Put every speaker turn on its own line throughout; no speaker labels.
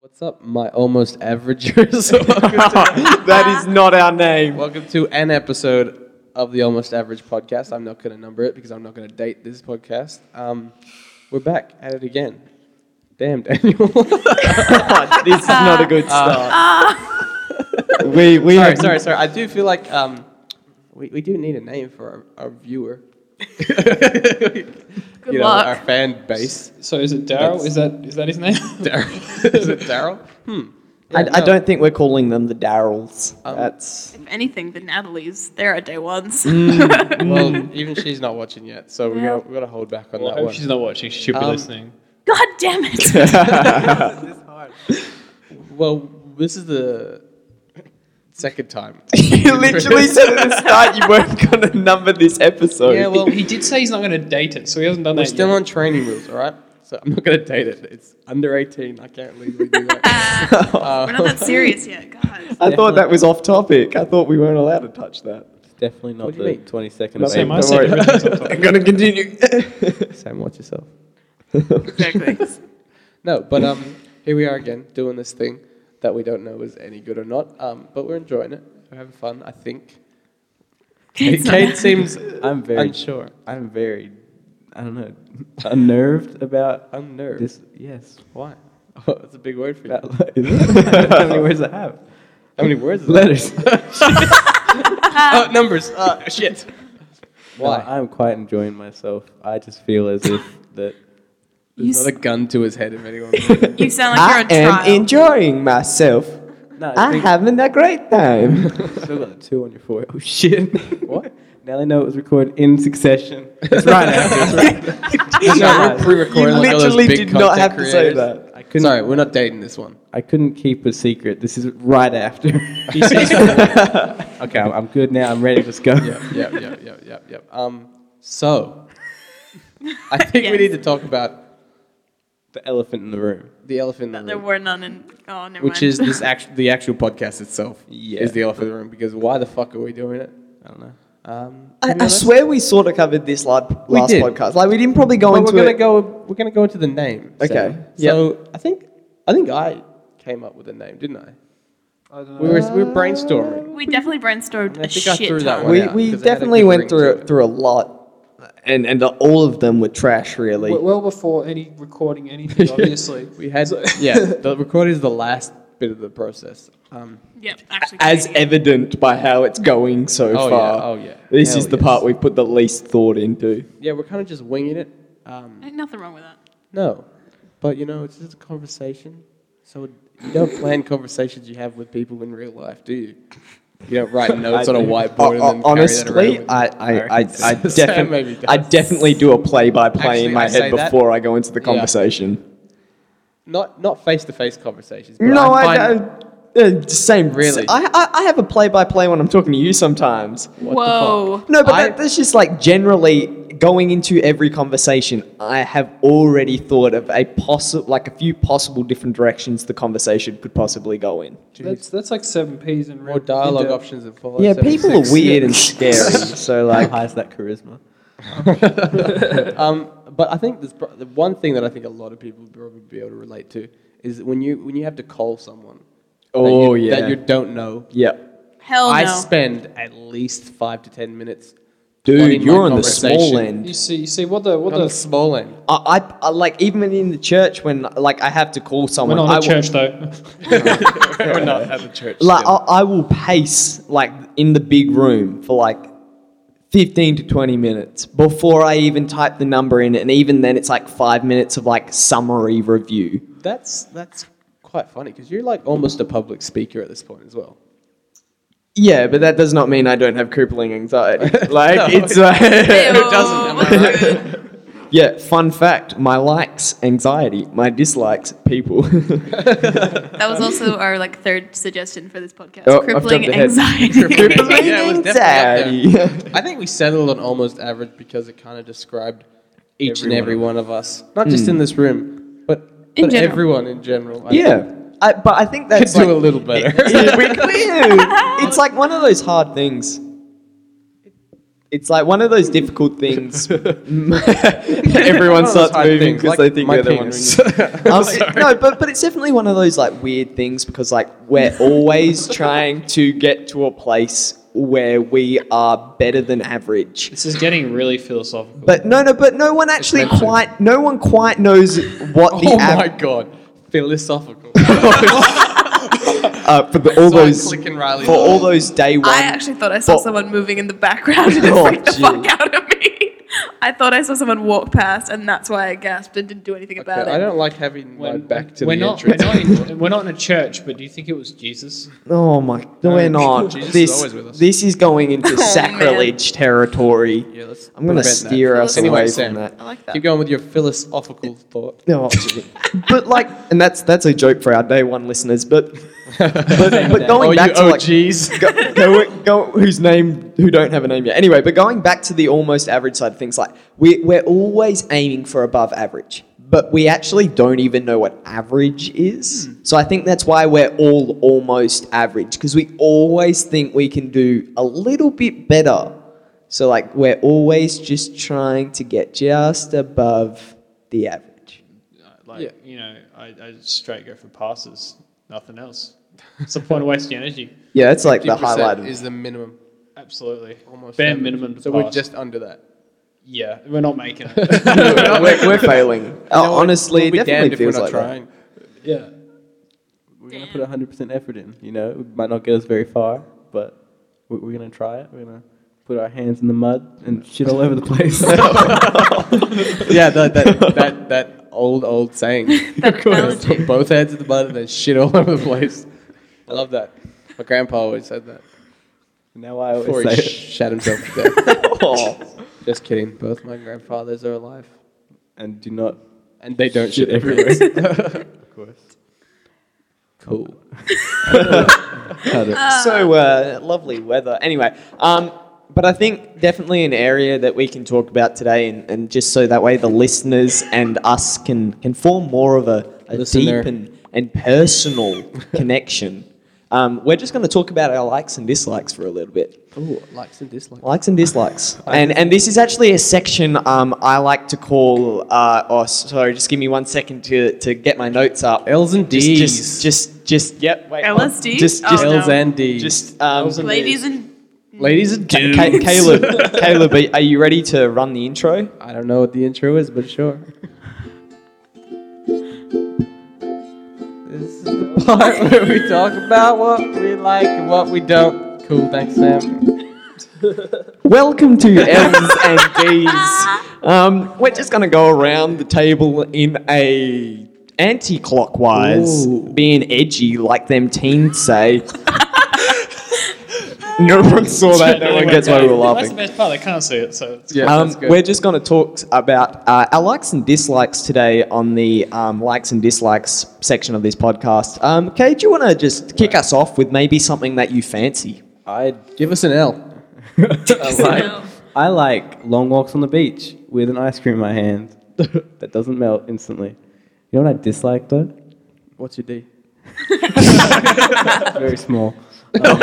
What's up, my almost averagers? welcome, to,
That is not our name.
welcome to an episode of the Almost Average podcast. I'm not going to number it because I'm not going to date this podcast. Um, we're back at it again. Damn, Daniel. Uh,
this is not a good start. we we
sorry,
have-
sorry, sorry. I do feel like um, we, we do need a name for our, our viewer. Good you know,
luck.
Our fan base.
So is it
That's-
Daryl? Is that is that his name?
Daryl. Is it Daryl? Hmm.
I,
Yeah,
I
no.
don't think we're calling them the Daryls.
Um,
That's
If anything, the Natalie's, they're our day ones.
Mm, Well, even she's not watching yet, so we
Well.
got we got to hold back on
Well, I
that
hope
one.
she's not watching. She should be
Um,
listening.
God damn it.
Well, this is the second time.
you literally said at the start you weren't going to number this episode.
Yeah, well,
he did say he's not going to date it, so he hasn't done
We're
that
still
yet.
on training rules, all right? So I'm not going to date it. It's under 18. I can't legally do that.
We're not that serious yet. God.
I thought that was off topic. I thought we weren't allowed to touch that.
Definitely not
What do
the
you mean?
22nd of
Same,
April.
I said
worry.
everything's on topic.
I'm going to continue.
Sam, watch yourself.
Exactly.
No, but um, here we are again doing this thing that we don't know is any good or not. Um, but we're enjoying it. We're having fun, I think. Kate,
Kate's not-
seems
I'm very,
unsure,
I'm very, I don't know, unnerved about
unnerved.
this. Yes.
Why? Oh, that's a big word for you.
About, is it? How many words I have?
How many words? Is that?
Letters.
oh, numbers. Uh, shit.
Why?
Why?
I'm quite enjoying myself. I just feel as if that.
You,
There's
s-
not a gun to his head if anyone.
you sound
I
like you're on
am
trial.
enjoying myself.
No, I
I'm
think-
having a great time.
still got the two on your forehead. Oh shit! what? Now they know it was recorded in succession. It's
right
after.
no, we're
You
pre-recording. like all those
literally
big
did not
content
have to say
creators.
that.
I couldn't.
Sorry, we're not dating this one.
I couldn't keep a secret. This is right after. okay, I'm, I'm good now. I'm ready. Let's go.
yep, yep, yep, yep, yep. Um, so I think we need to talk about
The elephant in the room.
the elephant in the
There
room,
were none in. Oh, never
which
mind.
is this actual the actual podcast itself
Yeah.
is the elephant in the room because why the fuck are we doing it?
I don't know.
Um,
I,
anyone
I
else?
swear we sort of covered this last,
We
last
did.
podcast. Like we didn't probably go
Well,
into
we're gonna
it.
go. We're gonna go into the name.
Okay,
Sam.
yep.
So I think I think I came up with a name, didn't I?
I don't know.
We were we were brainstorming.
we definitely brainstormed
I
a
think I
shit
threw that
ton.
one.
we
out,
we
'cause it had a
definitely
good
went
ring to
through
it.
through a lot, and and all of them were trash. Really,
Well, well before any recording anything, obviously.
We had yeah. The recording is the last bit of the process. Um,
Yep, actually.
as
Katie.
evident by how it's going so
Oh, yeah.
far.
Oh, yeah.
This
Hell
is the
yes.
part we put the least thought into.
yeah, we're kind of just winging it. Um,
Ain't nothing wrong with that.
No, but you know, it's just a conversation. So you don't plan conversations you have with people in real life, do you? You don't write notes on a whiteboard and
O-
then
o-
carry
honestly,
that around.
I I I, I,
Sam maybe
definitely
does.
I definitely do a play by play
Actually,
in my
I say
head
that-
before I go into the
Yeah.
conversation.
not not face to face conversations. But
no,
I,
I,
find-
don't. Uh, same.
Really?
I, I I have a play by play when I'm talking to you sometimes.
What the
Whoa.
No, but
I-
that, that's just like generally going into every conversation. I have already thought of a possible, like a few possible different directions the conversation could possibly go in.
That's that's like seven P's and
fuck? More dialogue options and follow.
yeah, people are
76.
weird and scary. So
Like,
like,
How high is that charisma?
Um, but I think there's pro- the one thing that I think a lot of people would probably be able to relate to is when you when you have to call someone. that you-
oh yeah,
That you don't know.
yeah,
Hell
I
Oh, no.
spend at least five to ten minutes. plotting
dude,
my
you're on the small
conversation.
end.
You see, you see what the what
On the
the
small end.
I, I, I like even in the church when like I have to call
we're
someone.
not
I
at
will-
church though.
We're not at the church.
Like I, I will pace like in the big room for like fifteen to twenty minutes before I even type the number in, and even then it's like five minutes of like summary review.
That's that's quite funny because you're like almost a public speaker at this point as well.
Yeah, but that does not mean I don't have crippling anxiety. Like
No.
it's like,
Ew,
doesn't, am I
that's rude.
yeah. Fun fact: my likes anxiety, my dislikes people.
That was also our like third suggestion for this podcast.
Oh, I've
crippling
jumped ahead.
anxiety.
Crippling Yeah, it was definitely
anxiety.
I think we settled on almost average because it kind of described each and every one of us, not just in this room, but,
In
but
general.
everyone in general. I
yeah, I, but I think
could
that's
do
like,
a little better.
Yeah, we- we- it's like one of those hard things. It's like one of those difficult things.
One
Everyone
of those
starts
hard
moving
things, like
because they think
my
they're the one.
penis.
who knew. Um, it- no, but but it's definitely one of those like weird things because like we're always trying to get to a place where we are better than average.
This is getting really philosophical.
But no, no, but no one actually
meant to.
quite. No one quite knows what the
oh
av-
my god, philosophical.
uh, for the, all
Sorry,
those
clicking Riley.
for all those day one.
I actually thought I saw
But-
someone moving in the background and it
Oh,
freaked
gee.
the fuck out of me. I thought I saw someone walk past and that's why I gasped and didn't do anything
Okay,
about
I
it.
don't like having my
When-
back to
we're
the
not,
entrance.
We're not, in, we're not in a church, but do you think it was Jesus?
oh my, no, we're not.
Jesus is
this
always with us.
this is going into
Oh, man.
sacrilege territory.
yeah, let's
I'm gonna
prevent
steer
that.
us
Anyway,
away
Sam.
from that.
I like that.
Keep going with your philosophical thought.
No, but like, and that's that's a joke for our day one listeners. But but, but going
oh,
back
you
to like
OGs.
go, go, go, whose name who don't have a name yet. Anyway, but going back to the almost average side of things, like we we're always aiming for above average, but we actually don't even know what average is. So I think that's why we're all almost average because we always think we can do a little bit better. So like we're always just trying to get just above the average.
Uh, Like, you know, I, I straight go for passes, nothing else. It's the point of wasting energy.
Yeah, that's like the
50%
highlight of
is the minimum.
Absolutely.
Almost
Bare
average.
minimum to
So we're
pass.
just under that.
Yeah, we're not making it.
we're, we're failing. Uh,
You know what?
honestly,
We'll
it
be damned
definitely
if we're
feels
not
like that.
trying.
yeah.
We're gonna put 100% effort in. You know, it might not get us very far, but we're, we're gonna try it. We're gonna put our hands in the mud and shit all over the place.
yeah, that, that, that, that old, old saying.
That analogy.
Put both hands in the mud and then shit all over the place. I love that. My grandpa always said that.
now I
Before
always
he
say it.
shat himself to death.
Oh.
Just kidding. Both my grandfathers are alive.
And do not.
And they don't shit,
Shit
everywhere.
Of course.
cool.
Cut it.
so uh, lovely weather. Anyway, um, but I think definitely an area that we can talk about today, and, and just so that way the listeners and us can, can form more of a, a
Listener.
deep and, and personal connection. Um, we're just going to talk about our likes and dislikes for a little bit.
Ooh, likes and dislikes.
Likes and dislikes. And and this is actually a section um, I like to call. Uh, oh, sorry, just give me one second to, to get my notes up.
L's and
Just,
D's.
just, just, just, yep, wait. hold on.
LSD?
Just,
Oh,
just,
no.
L's and D's.
just, um,
Ladies and
Ladies and
Ca-
dudes.
Ca- Caleb, Caleb, are, are you ready to run the intro?
I don't know what the intro is, but sure. this is the part where we talk about what we like and what we don't. Cool, thanks, Sam.
Welcome to M's and D's. Um, we're just going to go around the table in a anti-clockwise,
Ooh.
being edgy like them teens say. no one saw that. No one gets why we
That's the
were laughing.
best part. They can't see it, so it's
Yeah,
Um,
that's good.
we're just going to talk about uh, our likes and dislikes today on the um, likes and dislikes section of this podcast. Um, Kay, do you want to just kick us off with maybe something that you fancy?
I
Give us an L.
like, I like long walks on the beach with an ice cream in my hand that doesn't melt instantly. You know what I dislike though?
What's your D?
Very small. Um,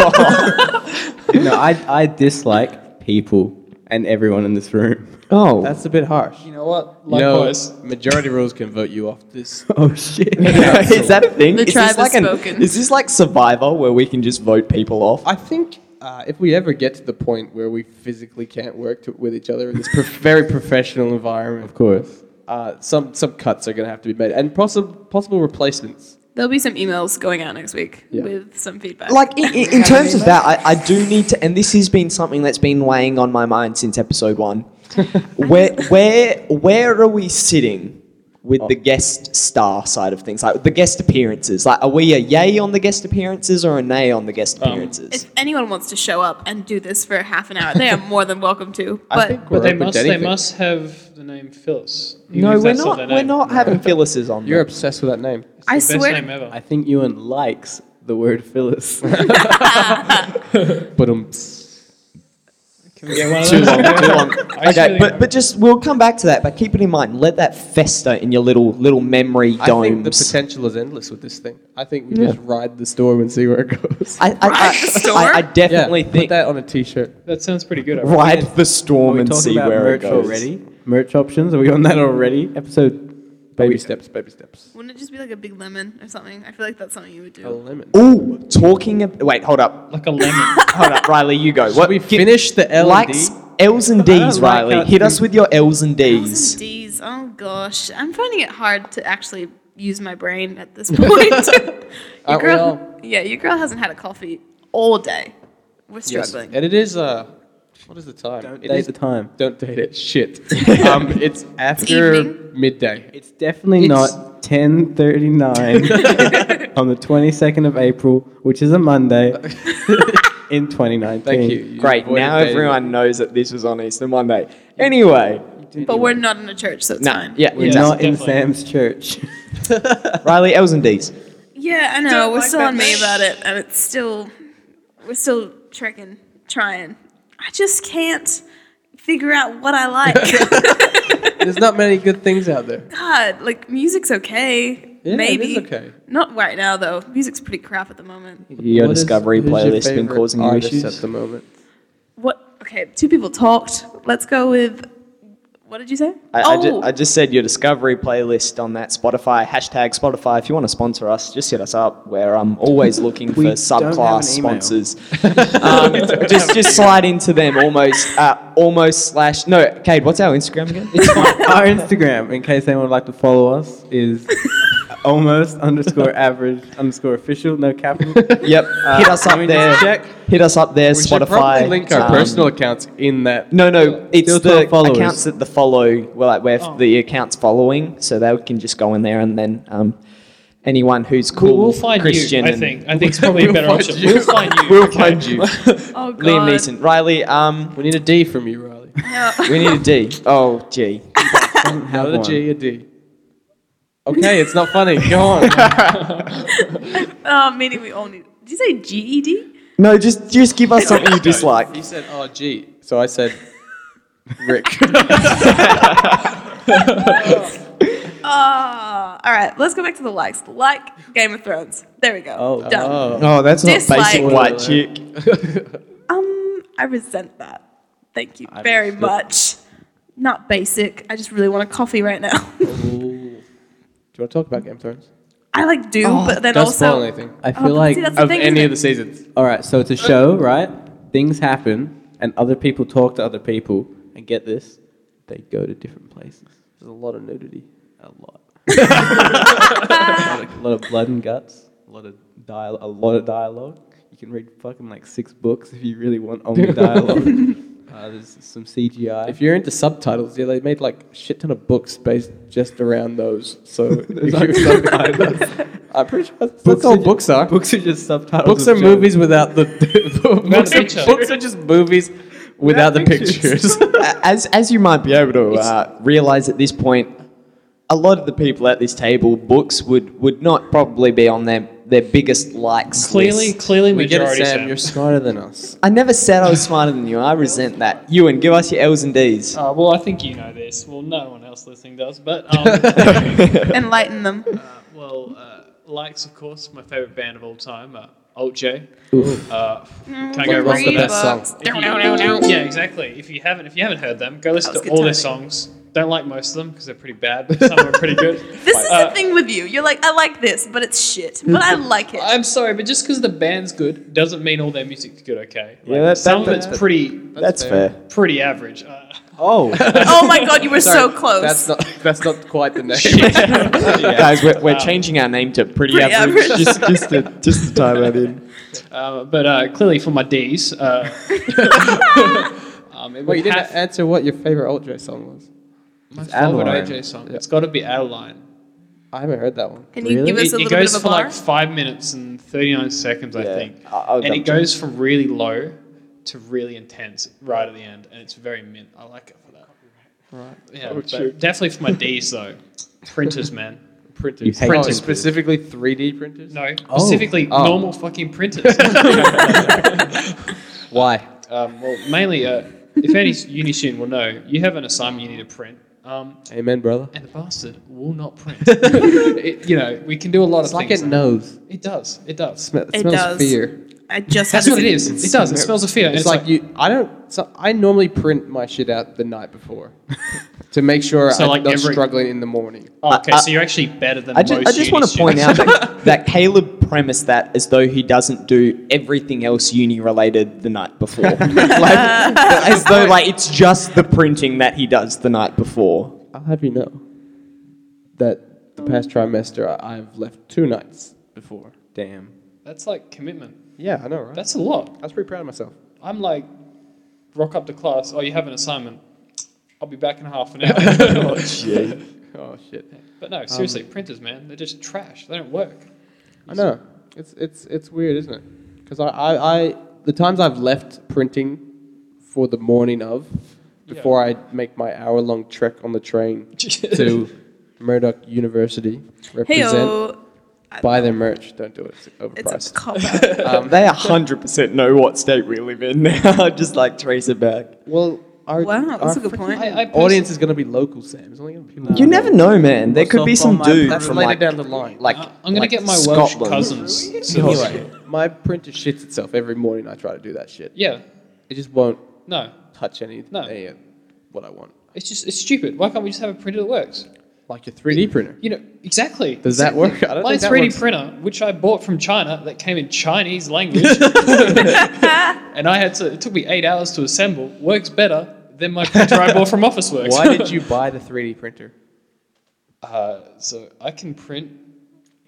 no, I, I dislike people and everyone in this room.
Oh,
That's a bit harsh.
You know what?
You know,
Likewise.
majority rules can vote you off this.
Oh shit.
is that a thing?
The
is this
tribe has
like an-
spoken.
is this like Survivor where we can just vote people off?
I think uh, if we ever get to the point where we physically can't work to, with each other in this prof- very professional environment,
Of course.
uh, some some cuts are going to have to be made, and possible possible replacements.
There'll be some emails going out next week
Yeah.
with some feedback.
Like in, in, in terms of that, I, I do need to, and this has been something that's been weighing on my mind since episode one. where where where are we sitting with the guest star side of things, like the guest appearances? Like, are we a yay on the guest appearances or a nay on the guest appearances?
if anyone wants to show up and do this for half an hour, they are more than welcome to. But
we're
But they
open to
must, they
anything.
must have the name Phyllis. even
no,
if
we're
that's their
not. We're
name.
not having Phyllis's on.
You're
There.
obsessed with that name.
It's the
I
best
swear-
name ever.
I think Ewan likes the word Phyllis.
But um,
Can we get one of
Too
those?
long, too long.
I just
Okay,
really-
but, but just we'll come back to that. But keep it in mind, let that fester in your little little memory
I think the
domes.
potential is endless with this thing. I think we just ride the storm and see where it goes.
I, I,
Ride
I,
the storm?
I, I definitely
yeah, put
think
that on a t-shirt.
That sounds pretty good. I reckon.
ride the storm
we
and
talking
see
about
where it
merch
goes.
already? Merch options? Are we on that already? Episode
Baby
baby step.
steps, baby steps.
Wouldn't it just be like a big lemon or something? I feel like that's something you would
A
do.
lemon.
Ooh, talking. Ab- wait, hold up,
Like a lemon.
hold up, Riley, you go. What
we
gi-
finish the L and D?
likes L's and
I don't
D's,
like
Riley?
how
Hit us with your L's and
L's
D's.
and D's. Oh gosh, I'm finding it hard to actually use my brain at this point.
Uh,
your
Aren't we
girl,
all?
yeah, your girl hasn't had a coffee all day. We're
Yes.
struggling.
And it is uh what is the time?
Don't
It
date
is-
the time.
Don't date it. Shit. um, it's after
evening.
midday.
It's definitely
It's-
not 10:39 on the 22nd of April, which is a Monday in 2019.
Thank you. You
Great.
avoided
Now
dating.
everyone knows that this was on Easter Monday. Anyway,
but we're not in a church, so it's
nah,
fine.
yeah,
We're
exactly.
not in
definitely.
Sam's church.
Riley, L's and D's.
Yeah, I know.
Don't
we're
like
still
that
on me
name.
about it, and it's still we're still trekking, trying. I just can't figure out what I like.
There's not many good things out there.
God, like music's okay,
Yeah, it
maybe.
is okay.
Not right now though. Music's pretty crap at the moment.
Your
What is-
Discovery
who's your
playlist been
favourite
causing you
artist
issues?
at the moment.
What? Okay, two people talked. Let's go with. What did you say?
I, I,
oh,
ju- I just said your discovery playlist on that Spotify hashtag Spotify. If you want to sponsor us, just hit us up. We're um, always looking for
We don't have
subclass
an email.
sponsors. um, just just slide into them almost uh, almost slash no. Cade, what's our Instagram again?
Our Instagram, in case anyone would like to follow us, is almost underscore average underscore official, no capital.
yep, hit us
let
up
me
there.
just check.
Hit us up there.
We should
Spotify.
probably link our
um,
uh, personal accounts in that.
No, no, it's
Still
the
twelve followers.
accounts that the follow. Well, like where f the accounts following, so they can just go in there and then um, anyone who's cool,
We'll, we'll find
Christian,
you. I
and-
think. I think it's probably a better option. We'll find you.
We'll
okay?
find you.
oh God.
Liam Neeson. Riley, um,
We need a D from you, Riley.
No.
we need a D. Oh, gee.
Out
Have
of the
one.
G, a D. Okay, it's not funny. Go on.
Oh, meaning we all need. Did you say E GED?
No, just just give us something you dislike.
You said, oh, G. So I said, Rick.
Ah, all right. Let's go back to the likes. Like Game of Thrones. There we go.
Oh.
done.
Oh, that's not
Dislike.
basic white chick.
Um, I resent that. Thank you very much. Not basic. I just really want a coffee right now.
Do you want to talk about Game of Thrones?
I like do, but then
Don't
also
spoil anything.
I
Oh, but
feel like
see, that's the
Of
thing,
any
isn't
of the
it?
seasons.
All right, so it's a show, right? Things happen, and other people talk to other people, and get this, they go to different places. There's a lot of nudity, a lot, a lot of, a lot of blood and guts, a lot of dial, a lot of dialogue. You can read fucking like six books if you really want only dialogue. uh, there's some CGI.
If you're into subtitles, yeah, they made like shit ton of books based just around those. So if
are
you're- I'm pretty sure that's, that's all
ju-
books are.
Books are just subtitles.
Books
of
are
shows.
movies without the books,
picture.
are, books are just movies without the
pictures.
pictures.
A- As as you might be able to uh, realize at this point, a lot of the people at this table, books would would not probably be on their their biggest likes.
Clearly,
list.
clearly,
we get it,
majority
Sam.
Sam.
You're smarter than us.
I never said I was smarter than you. I resent that. Ewan, give us your L's and D's.
Uh, well, I think you know this. Well, no one else listening does, but um,
enlighten them.
uh, well, uh, likes of course. My favorite band of all time, uh, Alt J. Uh,
Mm,
can I go wrong
what's the
with that?
best song?
If you- Yeah, exactly. If you haven't, if you haven't heard them, go listen
That was
to
good
all their
timing.
songs. Don't like most of them because they're pretty bad, but some are pretty good.
This is
Uh,
the thing with you. You're like, I like this, but it's shit. But I like it.
I'm sorry, but just because the band's good doesn't mean all their music's good. Okay. Like,
Yeah, that-
some
that-
of it's
that-
pretty,
That's fair.
pretty average. Uh,
Oh,
oh my god, you were so
Sorry,
close.
That's not. That's not quite the name.
Guys, we're, we're changing our name to Pretty,
Pretty
Average.
Average.
just just to just to tie that in.
uh, but uh, clearly, for my D's. Uh, um, it
Wait, you
would
didn't
have-
answer what your favorite Alt J song was.
My favorite
Adeline.
OJ song. It's got to be Adeline.
I haven't heard that one.
Can you
Really?
give us
It,
a
it
little bit
goes
of a
for
bar?
like five minutes and thirty nine seconds, I
Yeah,
think,
I- I'll
and it
jump to
goes from really low to really intense right at the end, and it's very mint. I like it for that. Right. Yeah. but definitely for my D's though. Printers, man.
you hate
Oh,
printers.
specifically 3D printers.
No, specifically
Oh.
normal fucking printers.
Why?
um, well, mainly uh, if any uni student will know, you have an assignment you need to print. Um,
Amen, brother.
and the bastard will not print. It- you know, we can do a lot
It's
of
like
things.
it knows.
it does. It does.
Sm- it
It
smells
does.
fear.
I just
That's
had
what it
to-
is. It does. It smells of fear. and
It's, like, you. I don't. So I normally print my shit out the night before to make sure
So,
I'm
like,
not
every-
struggling in the morning.
Oh, okay,
I-
so you're actually better than
I just,
most.
I just
uni
want to point out
students.
that, that Caleb premised that as though he doesn't do everything else uni related the night before. like, as though like it's just the printing that he does the night before.
I'll have you know that the past trimester I, I've left two nights before.
Damn.
that's like commitment.
Yeah, I know, right?
That's a lot.
I was pretty proud of myself.
I'm like, rock up to class. Oh, you have an assignment. I'll be back in half an hour.
Oh shit.
but no, seriously, printers, man, they're just trash. They don't work.
I know. It's it's it's weird, isn't it? Because I, I, I the times I've left printing for the morning of before I make my hour long trek on the train to Murdoch University represent
Heyo.
buy their merch. Don't do it. It's
oh, It's a
overpriced.
cop out.
Um, they 100% know what state we live in now. Just like trace it back.
well, our,
Wow,
our
that's a good
freaking
point.
I, I
Audience is going to be local, Sam. It's only going to be people.
You never know, man. There could
up
be some
on my-
dude
That's
from
later
like, Oh,
down the line.
like
Uh, I'm gonna
like
get my
Scotland.
Welsh cousins. So
Anyway, my printer shits itself every morning. I try to do that shit.
Yeah.
It just won't
No.
touch any,
No.
any of what I want.
It's just it's stupid. Why can't we just have a printer that works?
Like your 3D printer.
You know exactly.
Does that work? I don't
My
think that
3D
works.
printer, which I bought from China, that came in Chinese language, and I had to. It took me eight hours to assemble. Works better than my printer I bought from Officeworks.
Why did you buy the 3D printer?
Uh, so I can print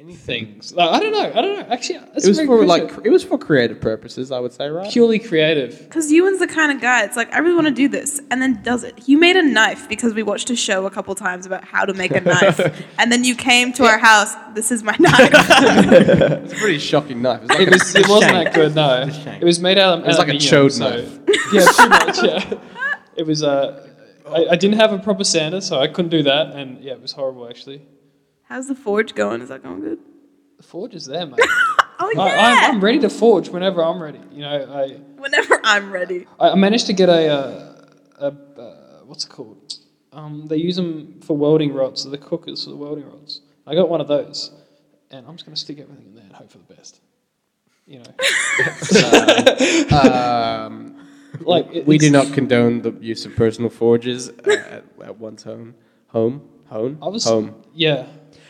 things. Like, I don't know. I don't know. Actually, that's
it was
a very
for
good
like
question.
cr- it was for creative purposes, I would say, right?
purely creative.
Because Ewan's the kind of guy, it's like, I really want to do this, and then does it. You made a knife because we watched a show a couple times about how to make a knife, and then you came to our house, this is my knife.
It's a pretty shocking knife. It's like
It,
a-
was, it wasn't that good. No,
It's a shank.
it was made out of. It
was like a chode knife.
yeah, pretty much. Yeah, it was. Uh, I, I didn't have a proper sander, so I couldn't do that, and yeah, it was horrible actually.
How's the forge going? Is that going good?
The forge is there, mate.
Oh, yeah.
I, Uh, I'm, I'm ready to forge whenever I'm ready. You know,
Whenever I'm ready.
I, I managed to get a, uh, a, uh what's it called? Um, they use them for welding rods, the cookers for the welding rods. I got one of those, and I'm just gonna stick everything in there and hope for the best. You know,
um,
like it-
we
it's-
do not condone the use of personal forges uh, at, at one's home. Home, home,
Oh,
I was
home.
yeah.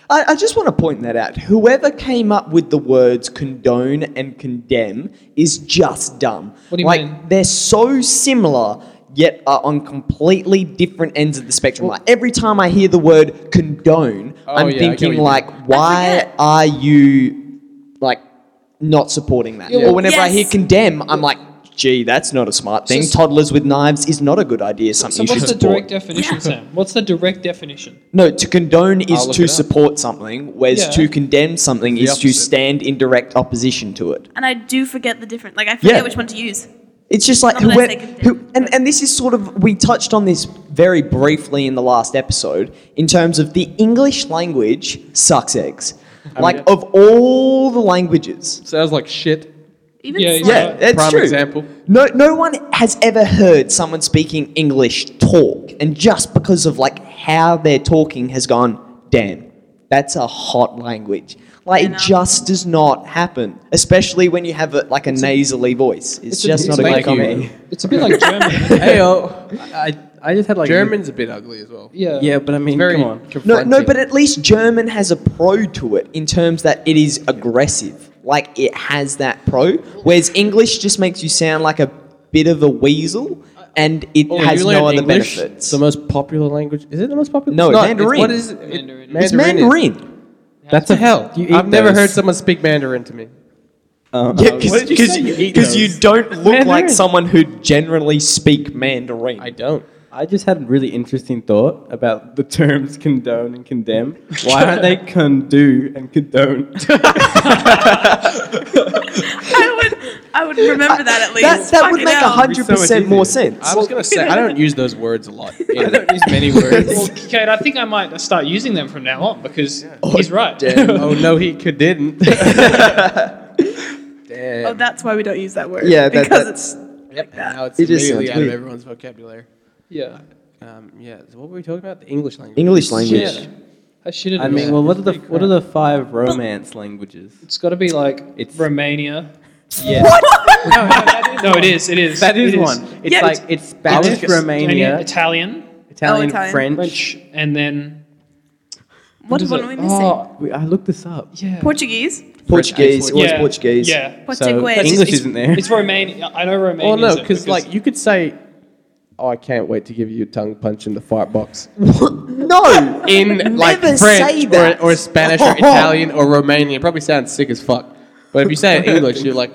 I, I just want to point that out. Whoever came up with the words condone and condemn is just dumb.
What do you
like,
mean?
They're so similar, yet are on completely different ends of the spectrum. Like every time I hear the word condone,
Oh, yeah, I get
I'm
what you
thinking
mean.
like, why
forget.
are you like not supporting that?
Yeah.
Or whenever I hear
Yes.
condemn, I'm like, gee, that's not a smart thing.
just-
Toddlers with knives is not a good idea.
So
Something you
what's
should
the
support.
direct definition, Sam? What's the direct definition?
No, to condone is
look it
to
up.
support something, whereas
Yeah.
to condemn something
It's the
is to
opposite.
stand in direct opposition to it.
And I do forget the different, like, I forget
Yeah.
which one to use.
It's just like
Not that I
who,
say condemn.
who and, and this is sort of we touched on this very briefly in the last episode in terms of the English language sucks eggs. Like of all the languages.
Sounds like shit.
Even
Yeah,
slang.
Yeah, that's
Prime
true.
example.
No, no one has ever heard someone speaking English talk, and just because of like how they're talking has gone, damn, that's a hot language. Like
I know.
it just does not happen, especially when you have a, like a nasally voice. It's,
a-
just
it's
not a
like
good
you.
comedy.
It's a bit like German.
hey, yo. I, I just had like.
German's a bit ugly as well.
Yeah.
Yeah, but I mean,
Very
come on.
No,
confronting.
no, but at least German has a pro to it in terms that it is aggressive. Like it has that pro, whereas English just makes you sound like a bit of a weasel, and it
Oh,
has
you
no
learn
other
English?
benefits.
It's the most popular language. Is it the most popular?
No,
It's not.
Mandarin.
What is it?
Mandarin.
It's
is-
Mandarin.
That's a hell.
You eat
I've never
those.
heard someone speak Mandarin to me.
Uh,
Yeah,
uh,
what did you
because
say? You eat
because you,
those.
don't look
Mandarin.
like someone who generally speak Mandarin.
I don't.
I just had a really interesting thought about the terms condone and condemn. Why aren't they condo and condone?
I would, I would remember that at least.
that that would
Fucking
make
hell.
hundred percent more sense.
I was gonna say I don't use those words a lot. I don't use many words.
well, Kate, I think I might start using them from now on because he's right.
oh no, he could didn't.
Oh, that's why we don't use that word.
Yeah, that-
because
that's-
it's like
And
that.
now it's
It just
immediately
sounds
out of
weird.
everyone's vocabulary.
Yeah.
Um, yeah. So what were we talking about? The English language.
English language.
Yeah. I shitted
I
it
mean,
out.
well, what are the what are the five romance languages?
It's got to be like
It's-
Romania.
Yeah,
no, no, that is- no, it is. It is.
that is
It
one. It's
Yeah,
like it's Spanish, Romania,
Italian,
Italian,
Oh, Italian.
French.
French, and then
What,
is
what
it?
are we missing?
Oh,
We- I looked this up.
yeah.
Portuguese.
Portuguese. It was
yeah.
Portuguese.
Yeah.
So
Portuguese.
English isn't there.
It's Romania. I know Romania.
Oh no,
is it
because like you could say, "Oh, I can't wait to give you a tongue punch in the fight box."
No.
In like
Never
French
say that.
Or, or Spanish or Italian or Romanian, it probably sounds sick as fuck. But if you say it in English, you're like,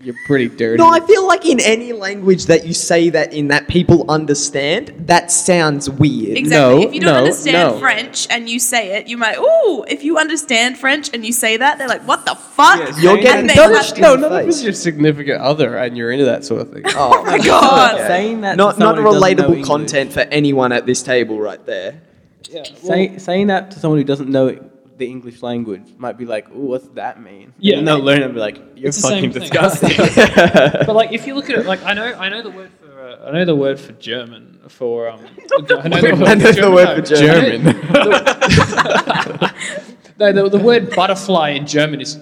you're pretty dirty.
No, I feel like in any language that you say that in that people understand, that sounds weird.
Exactly.
No,
if you don't
no,
understand
no.
French and you say it, you might, ooh, if you understand French and you say that, they're like, what the fuck?
You're
And
getting
they
punched
clap-
no,
in the
no, that was
face.
your significant other, and you're into that sort of thing.
Oh
my God.
Saying that to
Not not
someone who doesn't know
relatable
English-
content for anyone at this table right there.
yeah.
Say, saying that to someone who doesn't know the English language might be like, "Oh, what's that mean?"
Yeah.
and they'll learn and be like, "You're
It's the
fucking
same thing.
disgusting."
But like, if you look at it, like I know, I know the word for, uh, I know the word for German for um. I know the word,
I know the word for
no.
German.
No, the, the word butterfly in German is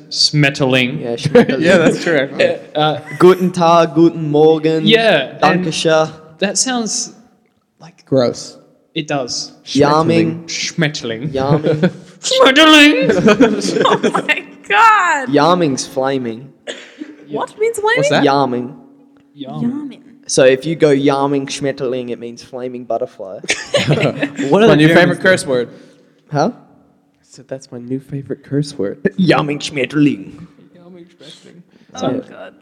Schmetterling.
Yeah, sure.
yeah, that's true.
Uh,
Guten Tag, Guten Morgen.
Yeah, and-
Dankeschön.
that sounds.
Gross.
It does.
Yarming.
Schmetterling.
Yarming.
Schmetterling.
Oh my god.
Yarming's flaming.
What means flaming?
What's that?
Yarming.
Yamin.
So if you go Yarming Schmetterling, it means flaming butterfly.
what
My
are
new
your
favorite curse word.
huh?
So that's my new favorite curse word.
Yarming Schmetterling.
Oh god.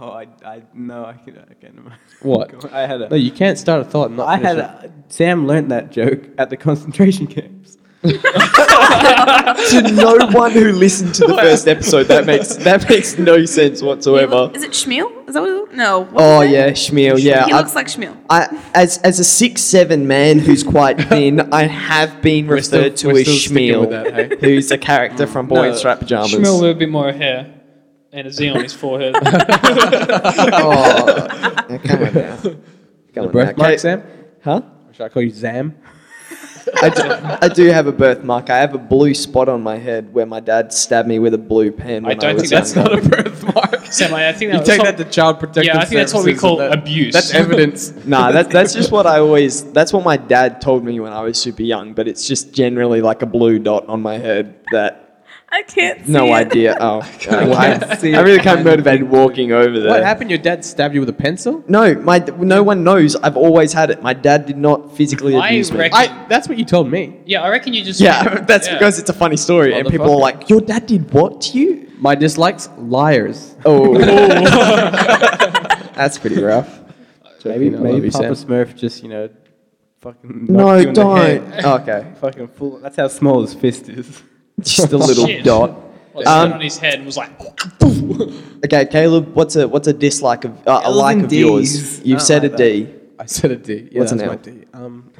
Oh, I, I no, I can, I can't. remember.
What?
I had
No,
a,
you can't start a thought and not
I
finish
had
it.
a, Sam learned that joke at the concentration camps.
to no one who listened to the first episode, that makes that makes no sense whatsoever.
Is it Schmiel? Is that what it is? No. What
Oh
is it?
yeah, Schmiel. Yeah,
He
I-
looks like Schmiel.
I, as as a six seven man who's quite thin, I have been
still-
referred
we're
to as
still sticking
Schmiel,
with that, hey? Mm.
who's a character from Boy in Striped Pajamas.
Schmiel with a bit more hair, and a Z on his forehead.
Oh, yeah, come on now. Come on now.
Birthmark,
Okay.
Sam?
Huh?
Or should I call you Zam?
I do, I do have a birthmark. I have a blue spot on my head where my dad stabbed me with a blue pen.
I
When I,
don't
was
think that's
younger.
not a
Birthmark.
Sam, I I think that
You
was
take
some-
that to child protective
Yeah, I think that's what we
Services,
call
and that-
abuse.
That's evidence.
Nah, that, that's just what I always. That's what my dad told me when I was super young. But it's just generally like a blue dot on my head that
I can't see
no
it.
idea. Oh, I,
can't see
I
it.
really can't motivated walking over there.
What happened? Your dad stabbed you with a pencil?
No, my no one knows. I've always had it. My dad did not physically
I
abuse me.
reckon-
I. That's what you told me.
yeah, I reckon you just.
yeah, that's
yeah.
because it's a funny story, and people are
Motherfucker.
like, "Your dad did what to you?"
My dislikes liars.
Oh, that's pretty rough.
Maybe,
Fucking I love
maybe
you,
Papa
Sam.
Smurf just you know, fucking knocked you
No,
in the head.
don't. Oh, Okay,
Fucking full. That's how small his fist is.
just a little
Shit.
dot.
Well, stood
Um,
on his head and was like.
Okay, Caleb, what's a what's a dislike of uh, a
L's
like
and
of yours?
Ds.
You've
I
said
like
a D.
I said a D. Yeah,
What's an
that's my
L?
D. Um,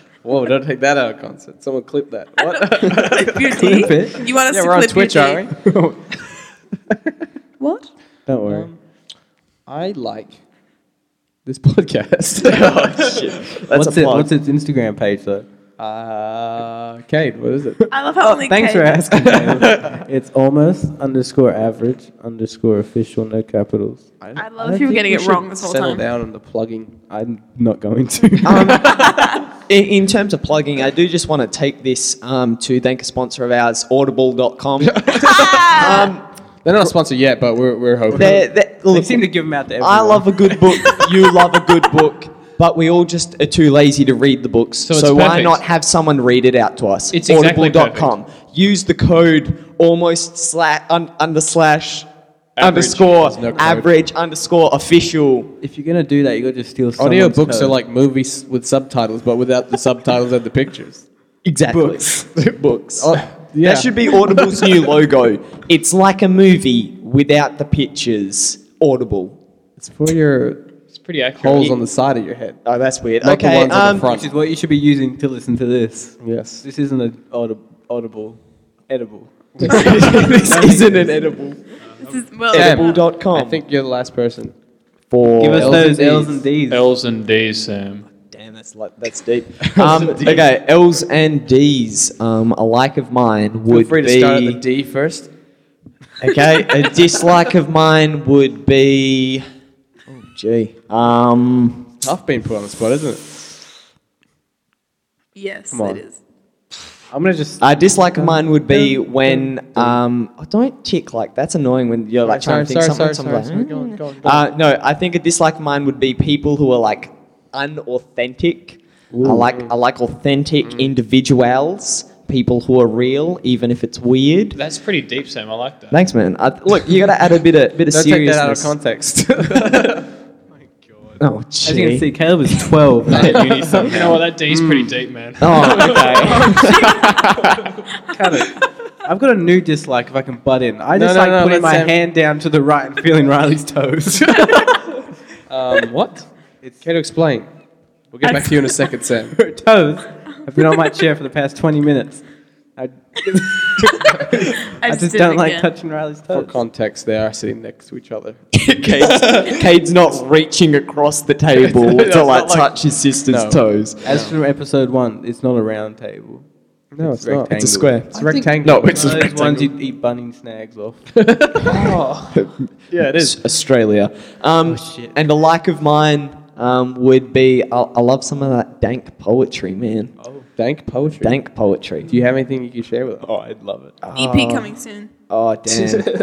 whoa, don't take that out of concept. Someone clip that. What?
Your D? You want us
yeah,
to
we're on
clip
Twitch,
your D?
aren't we?
What?
Don't worry.
Um,
I like this podcast.
Oh, That's
what's
a
it?
plug.
What's its Instagram page though?
Uh, Cade, what is it?
I love how only
Thanks
Kate-
for asking. Caleb. it's almost underscore average underscore official no capitals.
I
don't
love if you
think
were getting
we
it
should
wrong this whole
settle
time.
down on the plugging.
I'm not going to.
Um, in, in terms of plugging, I do just want to take this um, to thank a sponsor of ours, Audible.com. um,
They're not a sponsor yet, but we're, we're hoping.
they're, they're,
they
look,
seem to give them out to everyone.
I love a good book. you love a good book. But we all just are too lazy to read the books. So,
it's
why
perfect.
not have someone read it out to us?
It's exactly
Audible.com. Use the code almost slash un, under slash underscore
There's no code.
average underscore official.
If you're gonna do that, you gotta just steal.
Audio
someone's
books
code.
are like movies with subtitles, but without the subtitles and the pictures.
Exactly.
Books.
books.
Oh, yeah.
That should be Audible's new logo. It's like a movie without the pictures. Audible.
It's for your
It's pretty accurate.
holes on the side of your head.
Oh, that's weird.
Not the
okay.
ones on
um,
the front.
Which is what you should be using to listen to this.
Yes.
This isn't an audib- audible, edible.
this isn't an edible.
This is, well,
Edible.com.
I think you're the last person.
for
Give us
L's
those
and
L's
Ds.
and D's.
L's and D's, Sam.
Damn, that's like, that's deep. Um,
D's.
okay, L's and D's. Um, a like of mine
Feel
would
free to
be
start at the D first.
okay. A dislike of mine would be. Oh, gee. Um,
Tough being put on the spot, isn't it?
Yes,
on.
it is.
I'm gonna just.
a dislike of mine would be when um. Oh, don't tick like that's annoying when you're like
Sorry,
trying to
sorry,
think
sorry,
something.
sorry,
something
sorry.
like,
Go on, go on, go on.
Uh, no, I think a dislike of mine would be people who are like unauthentic. I like I like authentic
Mm.
individuals, people who are real, even if it's weird.
That's pretty deep, Sam. I like that.
Thanks, man. I, look, you gotta add a bit of bit of
Don't take that out of
seriousness.
context.
Oh,
As you can
gee.
see, Caleb is 12. now.
You know what? That D's pretty deep, man.
Hmm. Oh, okay.
I've got a new dislike if I can butt in. I
No,
just
no,
like
no, let
putting my
Sam-
hand down to the right and feeling Riley's toes.
um, what? It's care to explain. We'll get back to you in a second, Sam.
Her toes have been on my chair for the past 20 minutes. I,
I
I
just,
just
did it
don't like
again.
touching Riley's
For
toes.
context, they are sitting next to each other.
Cade's, Cade's not reaching across the table
That's
to
not
like
like-
touch his sister's
No.
toes.
As from episode one, it's not a round table.
No, it's, not.
It's a square.
It's rectangle.
No, it's
It's one
a
of those
rectangle.
ones you'd eat bunny snags off.
Yeah, it is.
Australia. Um, And a like of mine um, would be I, I love some of that dank poetry, man.
dank poetry.
Dank poetry.
Do you have anything you can share with us?
Oh, I'd love it.
EP E coming soon.
oh damn.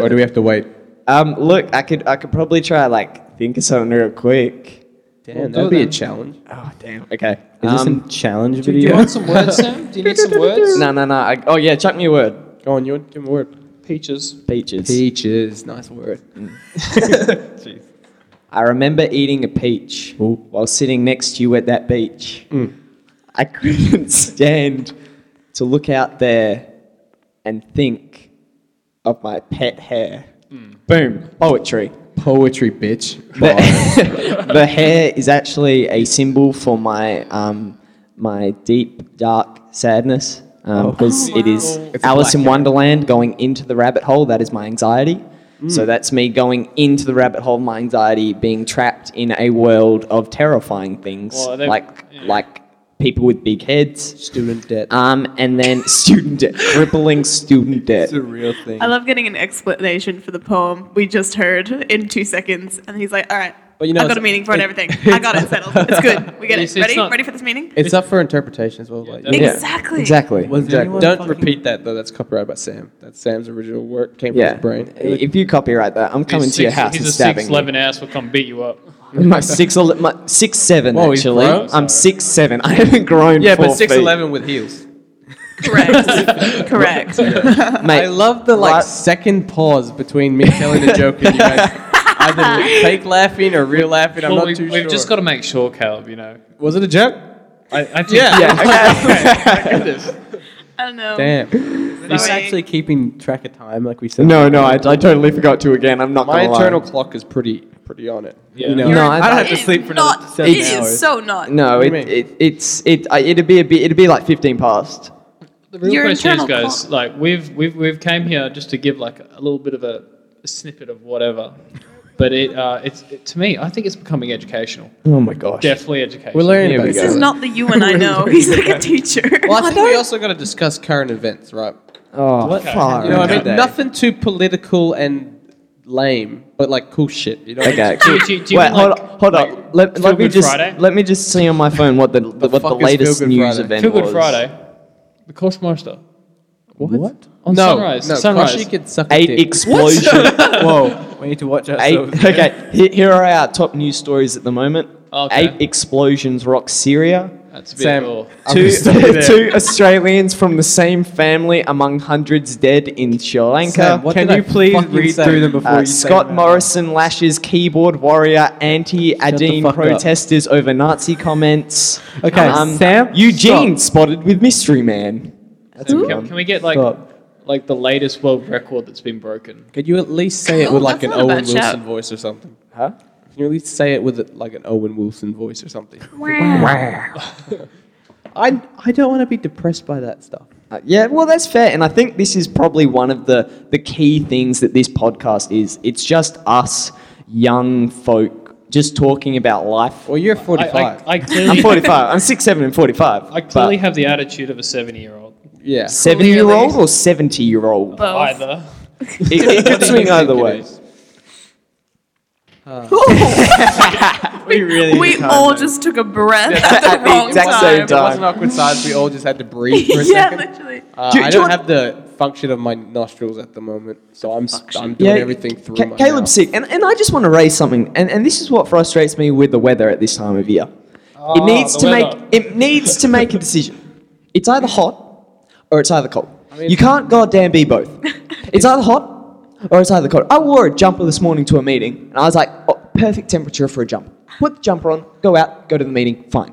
or do we have to wait?
um, look, I could I could probably try like think of something real quick.
Damn, that'd be a challenge.
Oh damn. Okay.
Is this
Um,
a challenge
Do you
video?
want some words, Sam? Do you need some words?
no, no, no. I, oh yeah, chuck me a word.
Go on, Ewan, give him a word.
Peaches.
Peaches.
Peaches, nice word.
I remember eating a peach while sitting next to you at that beach. I couldn't stand to look out there and think of my pet hair. Boom, poetry.
Poetry, bitch.
The, the hair is actually a symbol for my um, my deep dark sadness because
Oh,
it is
wow.
Alice in Wonderland going into the rabbit hole. That is my anxiety. So that's me going into the rabbit hole of my anxiety, being trapped in a world of terrifying things
Well, they-
like
yeah.
like people with big heads.
Student debt.
Um, and then student debt, crippling student debt.
It's a real thing.
I love getting an explanation for the poem we just heard in two seconds, and he's like, "All right,
But you know,
I've got
it's-
a meeting for it, and everything.
it-
I got it settled. It's good. We get
It's-
it.
it's
Ready?
not-
Ready for this meeting?
It's up for interpretation as well. like,
Yeah.
Yeah,
Exactly.
Exactly.
Was there anyone
Don't
fucking-
repeat that though. That's copyrighted by Sam. That's Sam's original work. Came
Yeah.
from his brain.
If you copyright that, I'm coming
He's
to your
six-
house and
He's a
stabbing
six
you.
eleven ass. We'll come beat you up.
my six, ele- my six seven
Whoa, he's
actually.
grown?
I'm six seven. I haven't grown.
Yeah, but
four
six
feet.
eleven with heels.
Correct. Correct.
Mate,
I love the like
What?
second pause between me telling a joke and you guys either fake laughing or real laughing. I'm
Well,
not
we've,
too
we've
sure.
just got to make sure, Caleb. You know.
Was it a joke?
I, I think
Yeah.
I don't know.
Damn.
He's
Sorry.
actually keeping track of time, like we said.
No, no, I, I totally forgot to again. I'm not
My
gonna
internal
lie.
clock is pretty pretty on it.
Yeah.
You know,
No,
I,
I-
don't
I-
have to
It
sleep
is
for another
not-
seven
It is
hours.
so not.
No,
do
it,
you mean?
it it's it. I, it'd be a bit. It'd be like fifteen past.
The real
Your
question is,
internal
guys,
clock.
like we've we've we've came here just to give like a little bit of a, a snippet of whatever, but it uh, it's it, to me, I think it's becoming educational.
Oh my gosh.
Definitely educational.
We're learning
Here we
about
go.
This is not the you and I know. He's like a teacher.
Well, I think we also got to discuss current events, right?
Oh,
What?
far
You know what I
out.
mean?
Okay.
Nothing too political and lame, but like cool shit. You know?
Okay.
Do you- do you- do you
Wait,
mean
hold
like-
on, hold on. Let,
Feel
let me
Good
just
Friday?
let me just see on my phone what the, the what the
fuck is Feel
latest
Good
news
Friday?
event
Feel Good
was.
Friday, the Cosmaster
What?
on
no,
Sunrise.
Oh, no.
Sunrise.
Koshi could suck a
Eight
dick.
explosion.
Whoa, we need to watch
Eight,
ourselves.
okay, he- here are our top news stories at the moment.
Okay.
Eight explosions rock Syria.
That's a bit.
Sam,
oh.
I'm
Two,
gonna stop you there.
two Australians from the same family among hundreds dead in Sri Lanka.
Sam, what
Can
did
you
I
please
fucking
read
say?
through them before
Uh,
you say
Scott
them out
Morrison lashes keyboard warrior anti
the
Adine
fuck up.
protesters over Nazi comments.
Okay, Sam,
Eugene spotted with Mystery Man. That's a good
Can,
one.
can we get like
Stop.
like the latest world record that's been broken?
Could you at least say it
Cool,
with like
that's
an
not a
Owen
bad
Wilson
shout.
voice or something?
Huh?
Can you at least say it with like an Owen Wilson voice or something? I I don't want to be depressed by that stuff.
Uh, yeah, well, that's fair, and I think this is probably one of the the key things that this podcast is. It's just us young folk just talking about life.
Well, you're
I,
45.
I, I clearly,
I'm 45. I'm six seven and 45.
I clearly have the attitude of a seventy-year-old.
yeah.
70 year old or 70 year old?
Both.
Either.
It, it could swing either way.
We really
we all just took a breath at the,
At the
wrong
exact
time.
same
It was an
time.
awkward silence. We all just had to breathe for a
yeah,
second.
literally.
Uh,
Do-
I
do you
don't
want-
have the function of my nostrils at the moment, so I'm st- I'm doing everything through
Ca-
my
Caleb's sick, and, and I just want to raise something, and, and this is what frustrates me with the weather at this time of year. it needs
Ah, the
to
weather.
make it needs to make a decision. It's either hot or it's either cold. you can't goddamn be both. It's either hot or it's either cold. I wore a jumper this morning to a meeting, and I was like, oh, perfect temperature for a jumper. Put the jumper on, go out, go to the meeting, fine.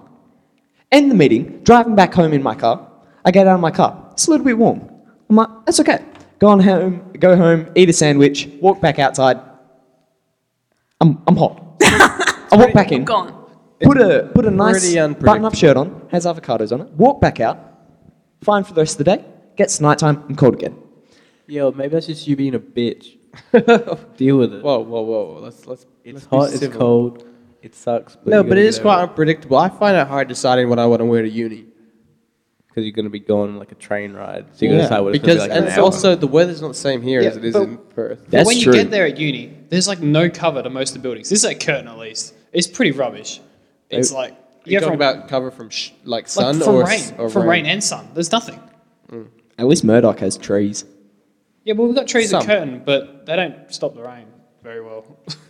End the meeting, driving back home in my car. I get out of my car. It's a little bit warm. I'm like, that's okay. Go on home, go home, eat a sandwich, walk back outside. I'm, I'm hot. I walk back in.
Gone.
Put a put a nice
pretty unpredictable.
button up shirt on, has avocados on it. Walk back out. Fine for the rest of the day. Gets to nighttime, I'm cold again.
Yo, maybe that's just you being a bitch. Deal with it.
Whoa, whoa, whoa! whoa. Let's let's.
it's
let's be
hot, it's
civil.
cold, it sucks. But
No, but it is quite unpredictable. I find it hard deciding what I want to wear to uni.
because you're gonna be going like a train ride. So you gotta decide what it's
because
gonna be like
and
an
it's
hour.
also the weather's not the same here
Yeah,
as it is
but-
in Perth.
That's
when
true.
you get there at uni, there's like no cover to most of the buildings. This is at Curtin at least. It's pretty rubbish. It's
It-
like
Oh. You're
from,
talking about cover from sh- like
like,
sun
from
or,
rain,
s- or
from rain. eh? and sun. There's nothing.
At least Murdoch has trees.
Yeah, well, we've got trees
Some.
at Curtin, but they don't stop the rain very well.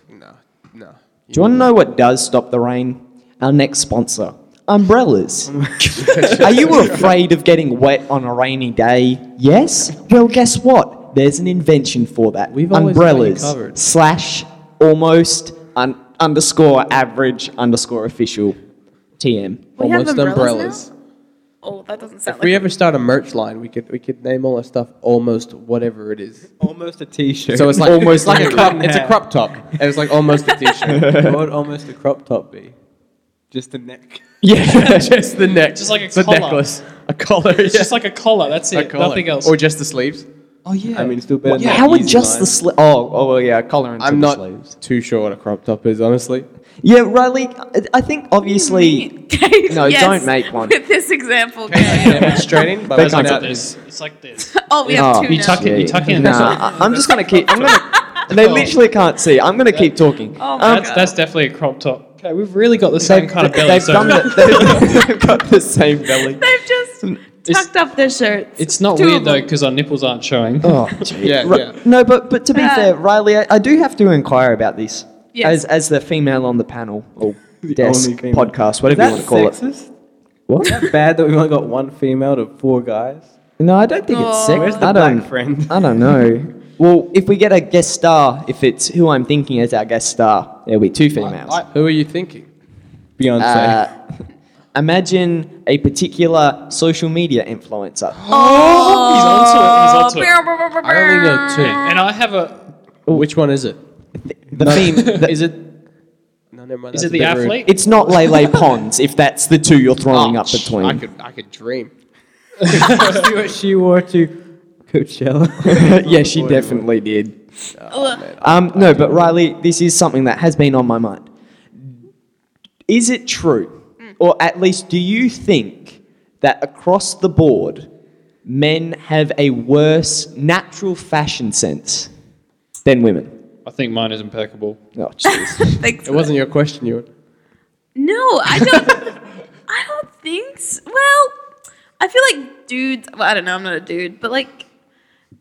No, no.
Do you want to know what does stop the rain? Our next sponsor, umbrellas. Are you afraid of getting wet on a rainy day? Yes? Well, guess what? There's an invention for that.
We've always got you
umbrellas
covered.
slash almost un- underscore average underscore official TM.
We have
Almost
umbrellas,
umbrellas.
now? Oh, that doesn't
If
sound
we
like
ever start a merch line, we could we could name all our stuff almost whatever it is.
almost a t-shirt.
So it's like
Almost
it's like a
like a
crop,
cotton
it's a
hat.
crop top, and it's like almost a t-shirt.
what would almost a crop top be? Just the neck.
Yeah.
just the neck,
Just like a collar.
a collar,
It's just like a collar. That's it. Nothing else.
or just the sleeves.
oh yeah.
I mean, still better. than
How
that
would
easy
just
line.
the sli- oh oh well, yeah collar and
I'm not
sleeves.
too sure what a crop top is, honestly.
Yeah, Riley. I- I think obviously
Okay,
No,
yes,
don't make one.
With this example,
I'm
Gabe.
demonstrating by
They
pointing
can't
out
do
this.
this. It's like this.
Oh, we have
Oh.
two
You
now.
tuck it. You tuck in.
Nah, I- I'm just gonna keep. I'm gonna. They literally can't see. I'm gonna keep talking. Um,
Oh my
That's,
god.
that's definitely a crop top. Okay, we've really got the same
uh, They've,
kind of belly.
they've
so
done the, they've got the same belly.
They've just
It's-
tucked up their shirts.
It's not
Two
weird
of
though
them.
because our nipples aren't showing.
Oh, gee.
Yeah,
Ri-
yeah.
No, but but to be
Ah.
fair, Riley, I, I do have to inquire about this.
Yes.
As as the female on the panel or desk
only female.
podcast, whatever you want to call it.
sexist? What? Is that bad that we only got one female to four guys?
No, I don't think it's
Aw.
sex.
Where's
I don't.
friend?
I don't know. Well, if we get a guest star, if it's who I'm thinking as our guest star, there'll be two females.
Who are you thinking?
Beyonce.
Uh, imagine a particular social media influencer.
Oh, he's onto it. He's onto it.
I
I only know two.
And I have a.
Which one is it?
The theme. the-
Is it? No, never mind.
Is
that's
it
a
the
bit rude.
athlete?
it's not Lele Pons if that's the two you're throwing up
Oh, sh- I
between.
could, I could dream. Uh,
See what she wore to Coachella.
yeah, she definitely did. Um, no, but Riley, this is something that has been on my mind. Is it true,
Mm.
or at least do you think that across the board, men have a worse natural fashion sense than women?
I think mine is impeccable.
Oh, jeez.
Thanks.
It wasn't your question, you.
No, I don't. I don't think. So. Well, I feel like dudes. Well, I don't know. I'm not a dude, but like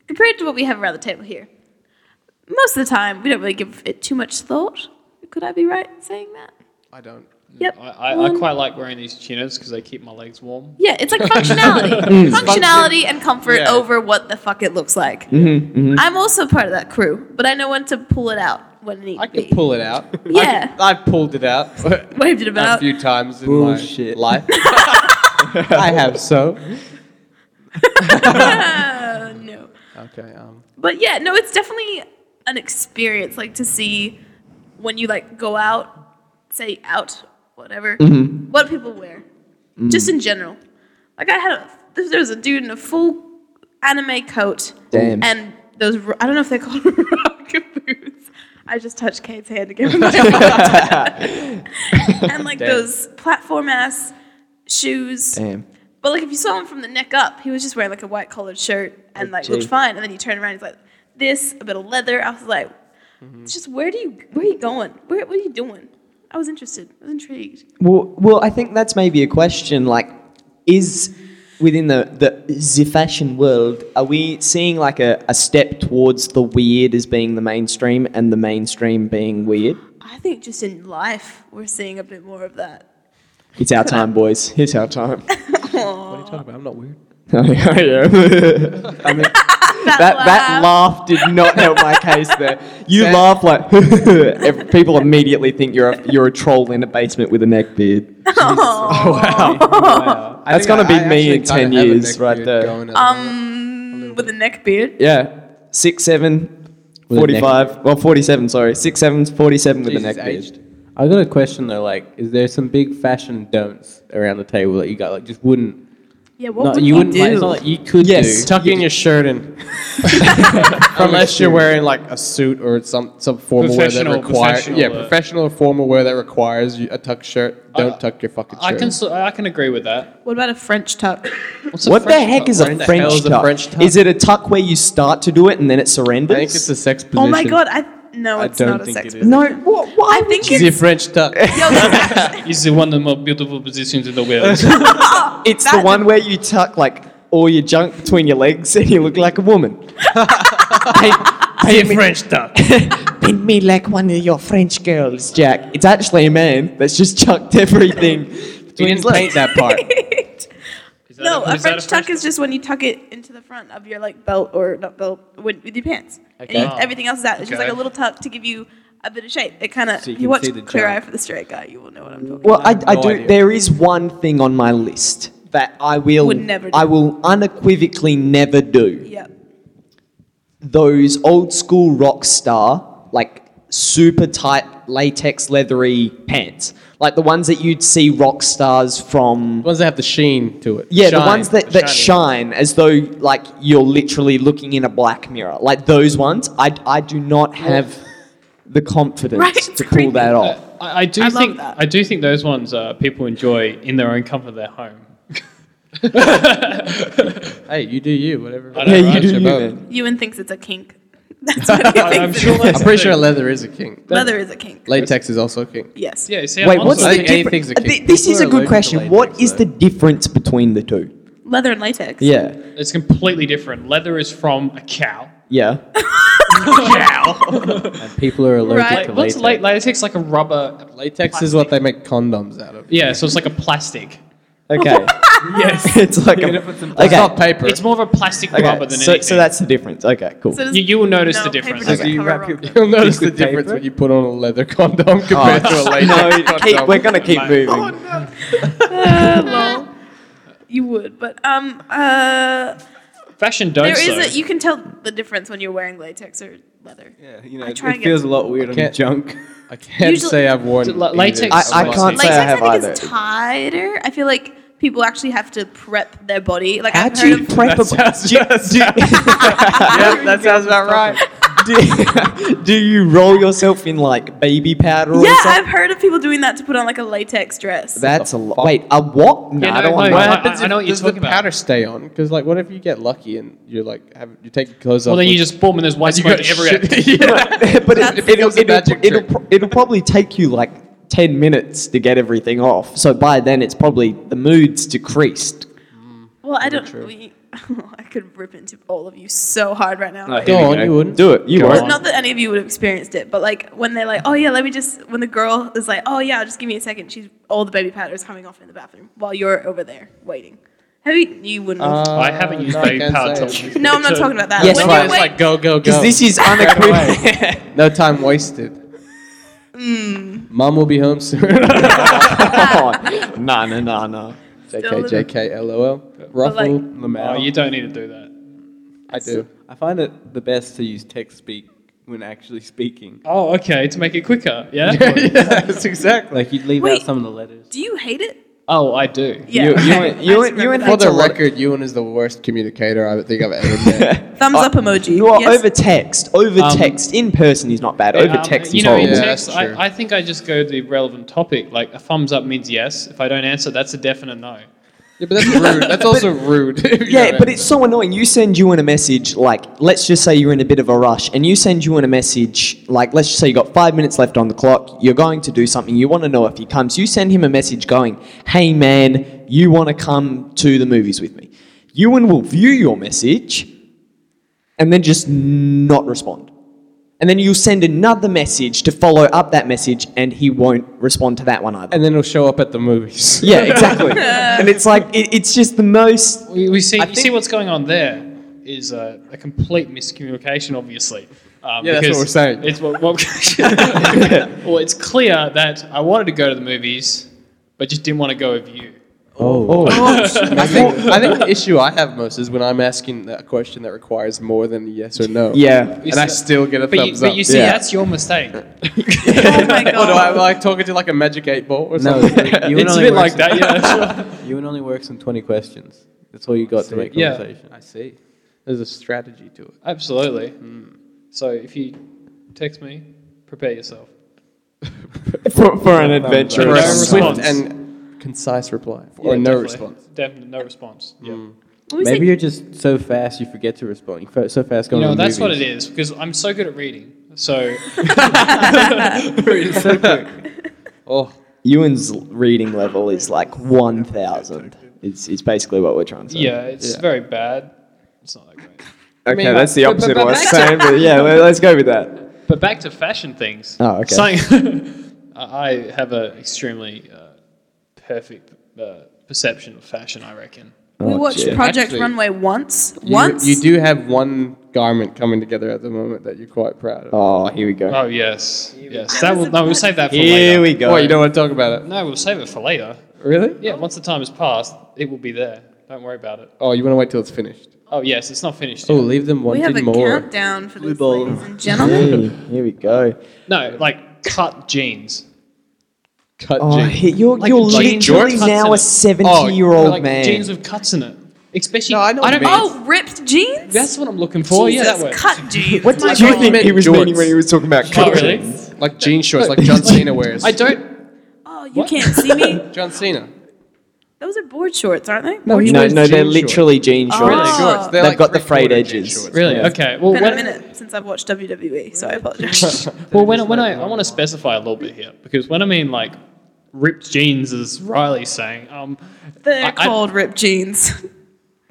compared to what we have around the table here, most of the time we don't really give it too much thought. Could I be right in saying that?
I don't.
Yep.
I, I, I
Um,
quite like wearing these chinos because they keep my legs warm.
Yeah, it's like functionality, functionality and comfort
Mm. Yeah.
over what the fuck it looks like. I'm also part of that crew, but I know when to pull it out when need
I
be.
can pull it out.
Yeah.
I have pulled it out
Waved it
a
about.
few times in
Bullshit.
my life. I have so.
Ah, no.
Okay. Um,
But yeah, no, it's definitely an experience, like to see when you like go out, say out, whatever, what people wear, just in general. Like I had, a, there there was a dude in a full anime coat,
Damn.
and those ro- I don't know if they're called rock boots. I just touched Kate's hand to give him my And like those platform ass shoes.
Damn.
But like if you saw him from the neck up, he was just wearing like a white collared shirt and like looked
gee.
fine. And then you turn around, he's like this, a bit of leather. I was like,
Mm-hmm.
it's just where do you where are you going? Where what are you doing? I was interested. I was intrigued.
Well, well, I think that's maybe a question. Like, is within the the, the fashion world, are we seeing like a, a step towards the weird as being the mainstream and the mainstream being weird?
I think just in life we're seeing a bit more of that.
It's our time, boys. It's our time. Oh,
Aw.
Talk about, I'm not weird.
I am.
that,
That, that
laugh.
laugh did not help my case there. You
Sam-
laugh like every- people immediately think you're a, you're a troll in a basement with a neck beard.
Oh,
Wow.
That's gonna be me in 10 years right there.
Um, with a neck beard.
Yeah, six seven,
With a neck
45, well forty seven. Sorry, six seven, 47 with a
Jesus,
neck beard.
I got a question though. Like, is there some big fashion don'ts around the table that you got like just wouldn't?
Yeah, what
no,
would
you,
you,
wouldn't. Like,
do?
it's not like you could
Yes.
do.
Tuck in your shirt and unless you're wearing like a suit or some some formal wear that
Professional-
requires
professional,
yeah
uh,
professional or formal wear that requires you, a tuck shirt. Don't tuck your fucking shirt.
I can so, I can agree with that.
what about a French tuck?
What's
What the
French
heck
tuck?
is a
What the
French,
hell is a
tuck?
French tuck?
Is it a tuck where you start to do it and then it
I
surrenders?
think it's a sex position.
Oh my god! I no,
I
it's not
don't
a
think
sex.
it
position.
is.
no. What, why?
I think
Is it
it's
French tuck?
Yo, that's-
It's the one of the most beautiful positions in the world.
it's the
that-
one where you tuck like all your junk between your legs and you look like a woman.
the French duck.
Bend me like one of your French girls, Jack. It's actually a man that's just chucked everything.
You didn't paint that part.
no, a French tuck is just when you tuck it into the front of your like belt or not belt with, with your pants.
Okay.
And you, everything else is out. It's just like
Okay.
a little tuck to give you a bit of shape. It kind of.
So you
if
can
you watch
see the
Clear Eye
jump.
for the Straight Guy, you will know what I'm talking.
Well, I,
have
I
no
do.
idea.
There is one thing on my list that I will.
Would never do.
I will unequivocally never do.
about. Yep.
Those old school rock star, like super tight latex leathery pants, like the ones that you'd see rock stars from.
The ones that have the sheen to it.
Yeah, the
Shine.
ones that, that shine as though like you're literally looking in a black mirror. Like those ones, I, I do not have the confidence
Right, it's
to pull
creepy.
that off.
I, I do
I love
think
that.
I do think those ones uh, people enjoy in their own comfort of their home.
Hey, you do you, whatever.
I know, Yeah, you right?
do
Your
you,
boat.
man.
Ewan thinks it's a kink. That's what he
I- I'm
thinks. it
sure
is.
that's
I'm pretty
the
sure
thing.
leather is a king.
Leather is a kink.
Latex is also a king.
Yes.
Yeah, see,
Wait,
I'm
what's the
also-
I think
difference?
anything's a kick.
This is
People are
a good
allergic
question.
to
What
latex,
is the
though.
difference between the two?
Leather and latex.
Yeah,
It's completely different. Leather is from a cow.
yeah.
cow.
And people are allergic
Right.
to
like, what's
latex.
late? Latex like a rubber.
Latex is what they make condoms out of.
Yeah, so it's like a plastic.
Okay. yes. it's like a, okay.
It's not paper.
It's more of a plastic
okay.
rubber than
so,
anything.
so that's the difference. Okay, cool.
So does-
You- you will notice the
no,
difference.
Paper
Okay.
doesn't
You
cover up.
You'll notice the
Liquid
difference
paper?
when you put on a leather condom compared to a latex
no,
condom.
keep, we're gonna keep moving.
Uh, lol. You would, but um uh.
Fashion
There
don'ts.
is
though.
a, you can tell the difference when you're wearing latex or leather.
Yeah, you know,
I
it,
try and get-
feels a lot weird on
can't-
junk.
I can't
Usually-
say I've worn
Is it la-
either.
latex?
I- I can't say-
Latex,
I have
I think,
either.
is tighter. I feel like people actually have to prep their body. Like,
How
I've
do
heard
you
of,
prep a?
Yeah, that sounds about right.
do, do you roll yourself in like baby powder or
yeah, I've
something?
heard of people doing that to put on like a latex dress.
That's a lot. Wait, a what? No,
Yeah,
I
no,
don't want
no,
What
I-
to.
happens
I know
if
what you're
does the
talking about.
powder stay on? Because like, what if you get lucky and you're like, have, you take your clothes
Well,
off?
then you
with-
just boom and there's white
you
smoke
got
everywhere.
shit- Yeah.
but
That's-
it, it'll,
Feels a
it'll,
magic
it'll,
trick.
pro- it'll probably take you like 10 minutes to get everything off. So by then, it's probably the mood's decreased.
well, I don't. We, I could rip into all of you so hard right now.
Go on, you wouldn't.
Do it. You
Go
won't.
on.
Not that any of you would have experienced it, but like when they're like, oh yeah, let me just, when the girl is like, oh yeah, just give me a second, she's all the baby powder is coming off in the bathroom while you're over there waiting. Have you? You wouldn't. have.
I haven't used
no, I
baby
can't
powder.
say
till-
no, I'm not
till-
talking about that.
Uh, Yes,
when
right.
you
It's
wait-
like go, go, go.
Because this is unequivocal.
no time wasted. Mum will be home soon.
no, no, no, no.
JK, JK, LOL. Ruffle,
like-
Oh,
Lamau.
you don't need to do that.
I do.
I find it the best to use text speak when actually speaking.
Oh, okay, to make it quicker. Yeah.
yes, exactly.
Like you'd leave
Wait.
out some of the letters.
Do you hate it?
Oh, I do.
Yeah.
You- you went- you
okay. I
went- you went-
remember
For
That's
the
a lot of-
record, Ewan is the worst communicator I think I've ever met.
that. Thumbs up emoji.
Uh, You are
yes.
over text. Over
Um,
text. In person is not bad. Over
Um,
text
you
is
know, in
horrible.
Yeah,
text,
that's true.
I, I think I just go to the relevant topic. Like a thumbs up means yes. If I don't answer, that's a definite no.
yeah, but that's rude. That's also rude. if you don't
Yeah, but
answer.
it's so annoying. You send you in a message, like, let's just say you're in a bit of a rush, and you send you in a message, like, let's just say you got five minutes left on the clock, you're going to do something, you want to know if he comes. You send him a message going, hey man, you want to come to the movies with me. Ewan will view your message and then just not respond. And then you'll send another message to follow up that message, and he won't respond to that one either.
and then it'll show up at the movies.
yeah, exactly.
Uh,
and it's like, it, it's just the most
We, we see.
I
you
think-
see what's going on there is a, a complete miscommunication, obviously. Um,
Yeah, that's what
because
we're saying.
It's what, what- well, it's clear that I wanted to go to the movies, but just didn't want to go with you.
Oh, I think I think the issue I have most is when I'm asking a question that requires more than a yes or no.
Yeah.
and I still get a
But you,
thumbs
but
up.
you see,
Yeah.
that's your mistake.
Oh my
Or do I
god.
like talking to like a magic eight ball or
No,
something?
you
it's a bit like that, yeah.
Ewan only works on 20 questions. That's all you got to make
Yeah.
conversation.
I see. There's a strategy to it.
Absolutely. So if you text me, prepare yourself.
for, for an adventure.
For
no
a
response.
swift and concise reply, or no
Definitely.
response.
Definitely no response. Yeah.
What was
Maybe
it?
you're just so fast you forget to respond. You're fo- so fast
You
going
know,
to the
that's what it
movies.
is because I'm so good at reading. So
Oh,
Ewan's reading level is like 1,000. It's, it's basically what we're trying to say.
yeah, it's very bad. It's not that great.
Okay,
mean,
that's the
but- but-
opposite
but
of what I'm
back
saying, but yeah, let- let's go with that.
But back to fashion things.
Oh, okay.
Something- I I have an extremely uh, perfect uh, perception of fashion. I reckon.
we
Oh,
watched
dear.
Project
Actually,
Runway once.
you,
once.
you do have one garment coming together at the moment that you're quite proud of.
Oh, here we go.
Oh yes, yes.
go.
That will, no, we'll save that for
Here
later.
we go.
Boy, you don't want to talk about it.
No, we'll save it for later.
Really?
Yeah, once the time has passed, it will be there. Don't worry about it.
Oh, you want to wait till it's finished.
Oh yes, it's not finished.
Oh,
Yet.
leave them
we
wanting
have a
more.
countdown for
Blue
this,
ball.
ladies and
Hey,
gentlemen.
here we go.
No, like cut jeans.
Cut
Oh,
jeans.
hey, you're,
Like
you're
jeans with
literally
cuts in
now
it.
a 70 year
Or,
old
like
man.
jeans with cuts in it. Especially,
No, I know what you
don't-
mean.
Oh,
Oh, ripped jeans?
that's what I'm looking for.
Jesus,
yeah, that works.
cut jeans.
what
My
did you
God.
think he was
Jorts.
meaning when he was talking about
Oh,
cut
really?
jeans?
Like jean shorts, like John Cena wears.
I don't.
Oh, you
What?
can't see me?
John Cena.
Those are board shorts, aren't they?
No, he
No,
wears
no,
jean
they're
shorts.
literally jean
Oh.
shorts.
Really?
shorts. They're
They've
like
got the frayed
three-quarter jean
edges.
shorts.
Really?
Yeah.
Okay. Well,
It's been a
when,
minute since I've watched WWE, so I apologize.
well, when, when I, I want to specify a little bit here because when I mean like ripped jeans, as Riley's saying, um,
They're
I- I-
called ripped jeans.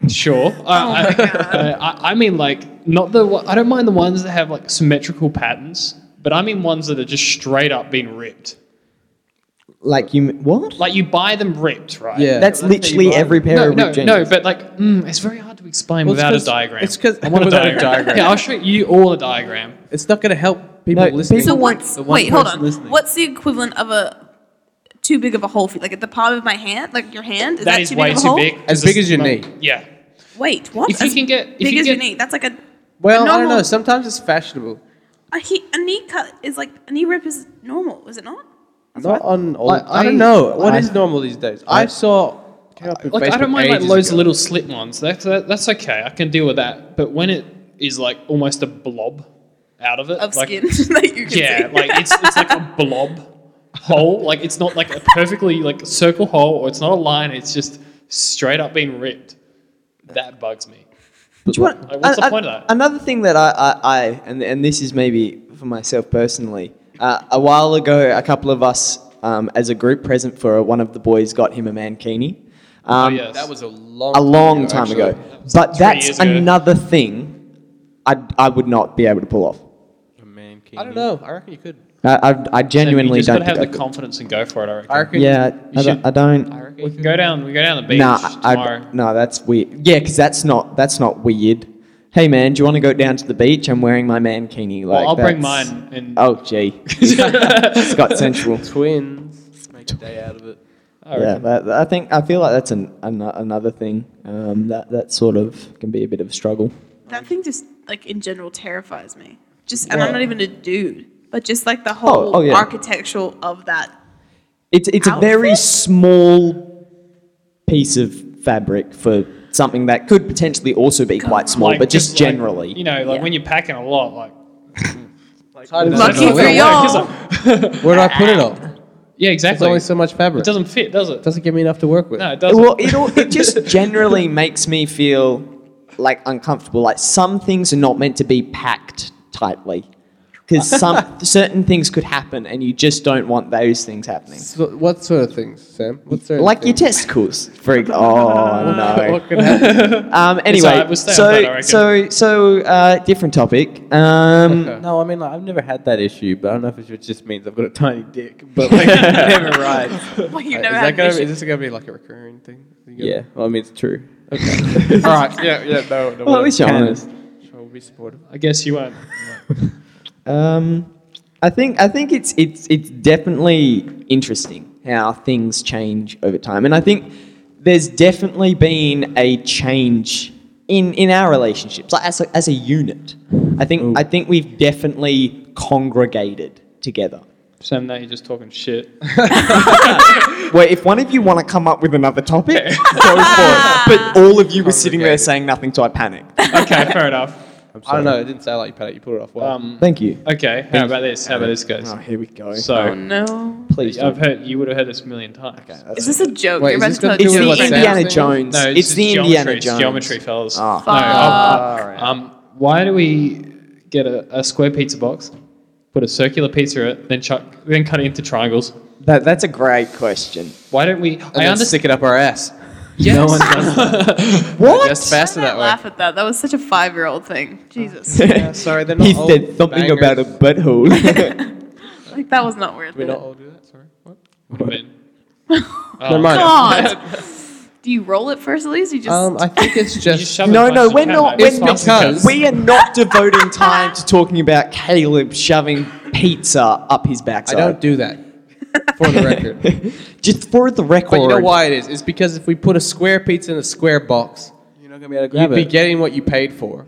sure. I,
Oh my
I- I, I mean like not the. one- I don't mind the ones that have like symmetrical patterns, but I mean ones that are just straight up being ripped.
Like you, what?
Like you buy them ripped, right?
Yeah.
That's literally every pair
No,
of
no,
ripped jeans.
no, but like, mm, it's very hard to explain
Well, it's
without a
'cause-
diagram.
it's 'cause-
I want a
without a
diagram.
diagram.
yeah, I'll show you all a diagram.
It's not going to help people
No,
listening.
So
people-
what's
the one
wait? Hold
person
on.
listening.
What's the equivalent of a too big of a hole? For, you? like at the palm of my hand, like your hand. Is that,
that is
too
way
big of a
too
hole?
big. 'cause
As big
it's
as your
not-
knee.
Yeah.
Wait, what?
If you
As
can get- if
big
you
as
get-
your knee, that's like a
Well,
a
I don't
normal-
know. Sometimes it's fashionable.
a, he, a knee cut is like a knee rip is normal, is it not?
Not on all. I,
I-
don't know. What
I-
is normal these days? I, saw. Came up with
Like I
Facebook
don't mind like
ages
loads
ago.
of little slit ones. That's that, that's okay. I can deal with that. But when it is like almost a blob out of it,
Of
like,
skin that you can
Yeah,
see.
like it's it's like a blob hole. Like it's not like a perfectly like circle hole, or it's not a line. It's just straight up being ripped. That bugs me.
Do you want,
Like, what's the
an-
point of
an-
that?
Another thing that I, I, I and, and this is maybe for myself personally, uh, a while ago, a couple of us um, as a group present for one of the boys got him a mankini. Um,
yes.
That was a long.
A long
ago,
time
actually.
ago.
was
but
three
that's
years ago.
another thing I, I would not be able to pull off.
I don't know. I reckon you could.
I, I, I
So
genuinely
you just
don't
gotta have
think
the
I could.
confidence and go for it. I reckon.
I reckon.
Yeah, I,
You
don't-
should.
I don't.
I reckon
We
you
can
could.
go down. We go down the beach
Nah,
tomorrow.
I, no, that's weird. Yeah, because that's not that's not weird. Hey man, do you want to go down to the beach? I'm wearing my mankini. Like
well, I'll bring
that's-
mine. And
Oh gee, it's got sensual.
Twins. Make a day out of it.
I
yeah,
reckon.
but I think I feel like that's an, an another thing um, that that sort of can be a bit of a struggle.
that thing just like in general terrifies me. Just and I'm not even a dude, but just like the whole
oh, yeah.
architectural of that.
It's it's a very
Outfit?
small piece of fabric for something that could potentially also be quite small,
Like,
but just,
like,
generally.
you know, like
Yeah.
when you're packing a lot, like
Lucky
Where-
for y'all.
Where do I put
Ah.
it all? There's
yeah, exactly.
only so much fabric.
it doesn't fit, does it?
doesn't give me enough to work with.
no, it doesn't.
Well, it, all, it just generally makes me feel like uncomfortable. Like some things are not meant to be packed tightly because some certain things could happen, and you just don't want those things happening.
So what sort of things, Sam? What sort
Like
of
your
things?
testicles, for ex- oh no.
What could happen?
Um,
It's
anyway,
alright, we'll stay on that, I
so
reckon.
so so uh, different topic. Um,
Okay.
No, I mean, like, I've never had that issue, but I don't know if it just means I've got a tiny dick. But like, it never rides.
Well, you
is,
never
that
had
gonna, be- is
an issue.
this gonna be like a recurring thing? Are you
Yeah,
gonna-
well, I mean, it's true.
All right. Yeah. Yeah. No. No.
Well,
Well,
at least you're honest.
I'll be supportive.
I guess you won't.
Um, I think I think it's it's it's definitely interesting how things change over time, and I think there's definitely been a change in in our relationships, like as a, as a unit. I think I think we've definitely congregated together.
Sam, now you're just talking shit.
Where if one of you want to come up with another topic, go for it. But all of you were sitting there
Congregated.
saying nothing, so I panicked.
okay, fair enough.
I don't know. It didn't sound like you panicked. You pulled it off well.
Um,
Thank you. Um,
okay, how about this? How about this, guys?
Oh, here we go.
Oh
So
no.
Please, don't.
I've heard you would have heard this a million times. Okay,
Is this a joke?
Wait,
You're
is
about
this
to tell
gonna do with
it's
a
the
what
joke.
Sam's
Indiana
thing?
Jones.
No,
it's
just
the
geometry.
Indiana
It's
Jones.
geometry, fellas.
Ah.
No, I'll-
Fuck.
um, why do we get a, a square pizza box, put a circular pizza in it, then chuck, then cut it into triangles?
That, that's a great question.
Why don't we? I
and then
understand.
stick it up our ass.
Yes.
No one does that.
What?
Just
Why
faster
did I
that way.
laugh at that? That was such a five-year-old thing. Jesus,
Yeah, sorry, they're not
he
old
said something
bangers.
about a butthole.
like that was not worth
We
it.
not all do that. Sorry. What?
Would have been. Oh.
Never mind.
God. Do you roll it first, at least? You just
Um, I think it's
You
just.
just shove it
no,
as
no,
much as
we're
you can,
not.
mate.
We're
It's
not
fun.
because-
we are not devoting time to talking about Caleb shoving pizza up his
I
backside.
don't do that. For the record.
Just for the record.
But you know why it is? It's because if we put a square pizza in a square box,
You're not gonna be able to
you'd
grab
be
it.
getting what you paid for,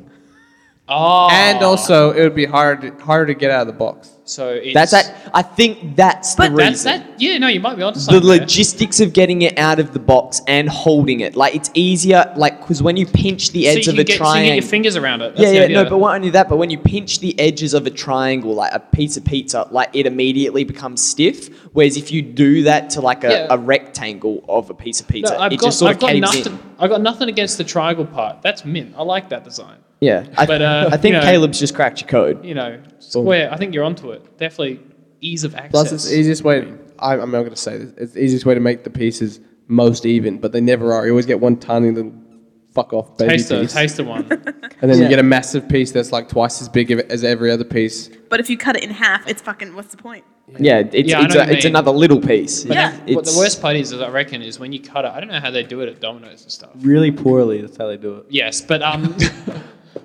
Oh.
and also it would be harder to, harder to get out of the box.
so it's,
That's that. I think that's the
But
reason.
That's that. Yeah, no, you might be onto
the
something. there.
logistics of getting it out of the box and holding it. Like it's easier, like because when you pinch the
So
edge
you
of
can
a
get, so you can
triangle,
get your fingers around it. That's
yeah,
the
yeah,
idea.
no, but not only that, but when you pinch the edges of a triangle, like a piece of pizza, like it immediately becomes stiff. Whereas if you do that to like a,
Yeah.
a rectangle of a piece of pizza,
No, I've
it
got,
just sort
I've
of
got
caves in.
nothing. I've got nothing against the triangle part. That's mint. I like that design.
Yeah, I,
But, uh,
I think
you know-
Caleb's just cracked your code.
You know, square. I think you're onto it. Definitely ease of access.
Plus, it's the easiest way. I, I'm not going to say this. It's the easiest way to make the pieces most even, but they never are. You always get one tiny little fuck off baby
Taster,
piece,
taster one.
and then
Yeah.
you get a massive piece that's like twice as big of- as every other pice.
But if you cut it in half, it's fucking. What's the point?
Yeah, it's
Yeah, I
it's,
know
a,
what you
it's
mean.
another little piece.
Yeah.
It's-
What
it's
the worst part is, is I reckon, is when you cut it. I don't know how they do it at Domino's and stuff.
Really poorly. That's how they do it.
Yes, but um,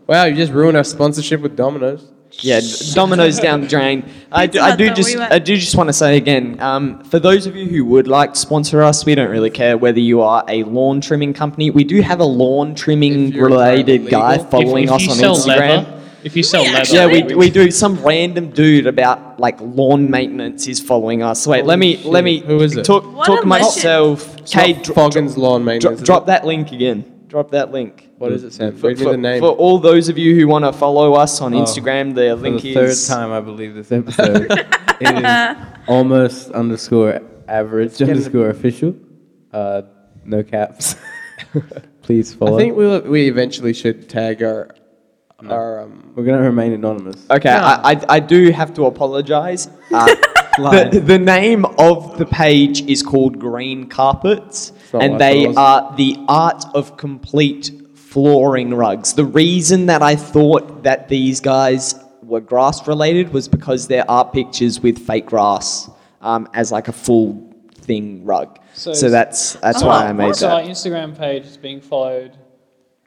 Wow, you just ruined our sponsorship with Domino's.
Yeah, d- dominoes down the drain. I do, I
Pizza
do
Hut,
just,
we went-
I do just want to say again, um, for those of you who would like to sponsor us, we don't really care whether you are a lawn trimming company. We do have a lawn trimming
If you're
related
entirely
guy
legal.
following
if, if you
us
sell
on Instagram.
leather, if you sell
Yeah,
leather,
Yeah, we,
Really?
we do. Some random dude about like lawn maintenance is following us. Wait, let me let me
Who is it?
talk
What
talk
a
myself.
It's not
Kay, dro-
Foggins Lawn
dro-
Maintenance. is
drop
it?
that link again. Drop that link.
What is it, Sam?
For,
Read me
for-
the name.
for all those of you who want to follow us on
Oh,
Instagram, the
For
link
the third
is
time, I believe this episode. it is almost underscore average underscore official. Uh, no caps. Please follow.
I think we we eventually should tag our our um,
we're gonna remain anonymous.
Okay, I, I, I do have to apologise. Uh, the,
Live.
the name of the page is called Green Carpets,
not
and
what I
they
thought it was.
are the art of complete flooring rugs. The reason that I thought that these guys were grass related was because there are pictures with fake grass um, as like a full thing rug. So,
So-
that's that's
So
why
our-
I made
so our
that.
Instagram page is being followed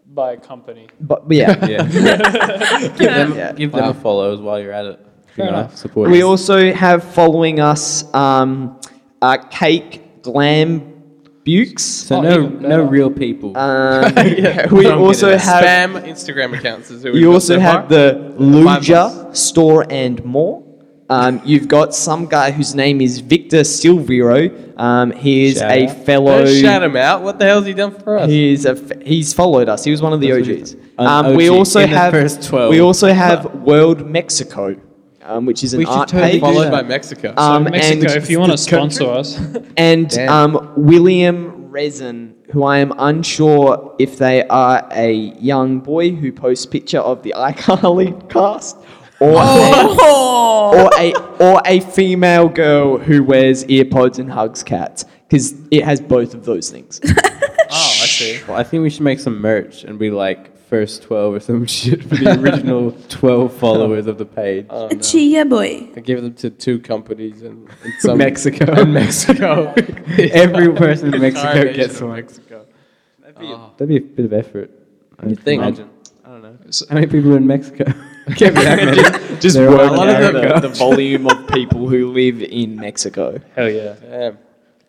by a company.
But but yeah.
Yeah. give them,
Yeah.
give them a follow as while you're at it. You know,
enough.
support.
We
us.
also have following us um, uh, Cake Glam Bukes.
So
Oh,
no,
even
no
better.
real people.
Um, we
Don't get
also
it.
have
spam Instagram accounts. Is who we've
you
got
also
so
have
far.
the
Five
Luja Store and More. Um, you've got some guy whose name is Victor Silviro. Um, he is
Shout
a
out.
fellow.
Don't shout him out. What the hell's he done for us?
He's a f- he's followed us. He was one of the
That's what
OGs.
he's- an
Um, we
OG
also
in the
have
first 12.
we also have World Mexico, um, which is an
We should
art
totally
page.
do that.
Followed by Mexico.
Um,
so Mexico,
and-
if you want to sponsor us,
and
Damn.
um, William Resin, who I am unsure if they are a young boy who posts picture of the iCarly cast, or
Oh.
or a or a female girl who wears earpods and hugs cats, because it has both of those things.
I see.
Well, I think we should make some merch and be like first 12 or some shit for the original 12 followers of the page.
Oh, no.
Chia boy.
I give them to two companies and, and some
Mexico.
And Mexico.
Every person in
Entire
Mexico
nation
gets
of
one.
Mexico. Oh.
That'd be a bit of effort. I
Thing.
imagine.
I don't know.
How many people are in Mexico? Can't be that many.
Just
There are
work
a lot of
out
them,
the,
yeah.
the volume of people who live in Mexico.
Hell yeah.
Damn.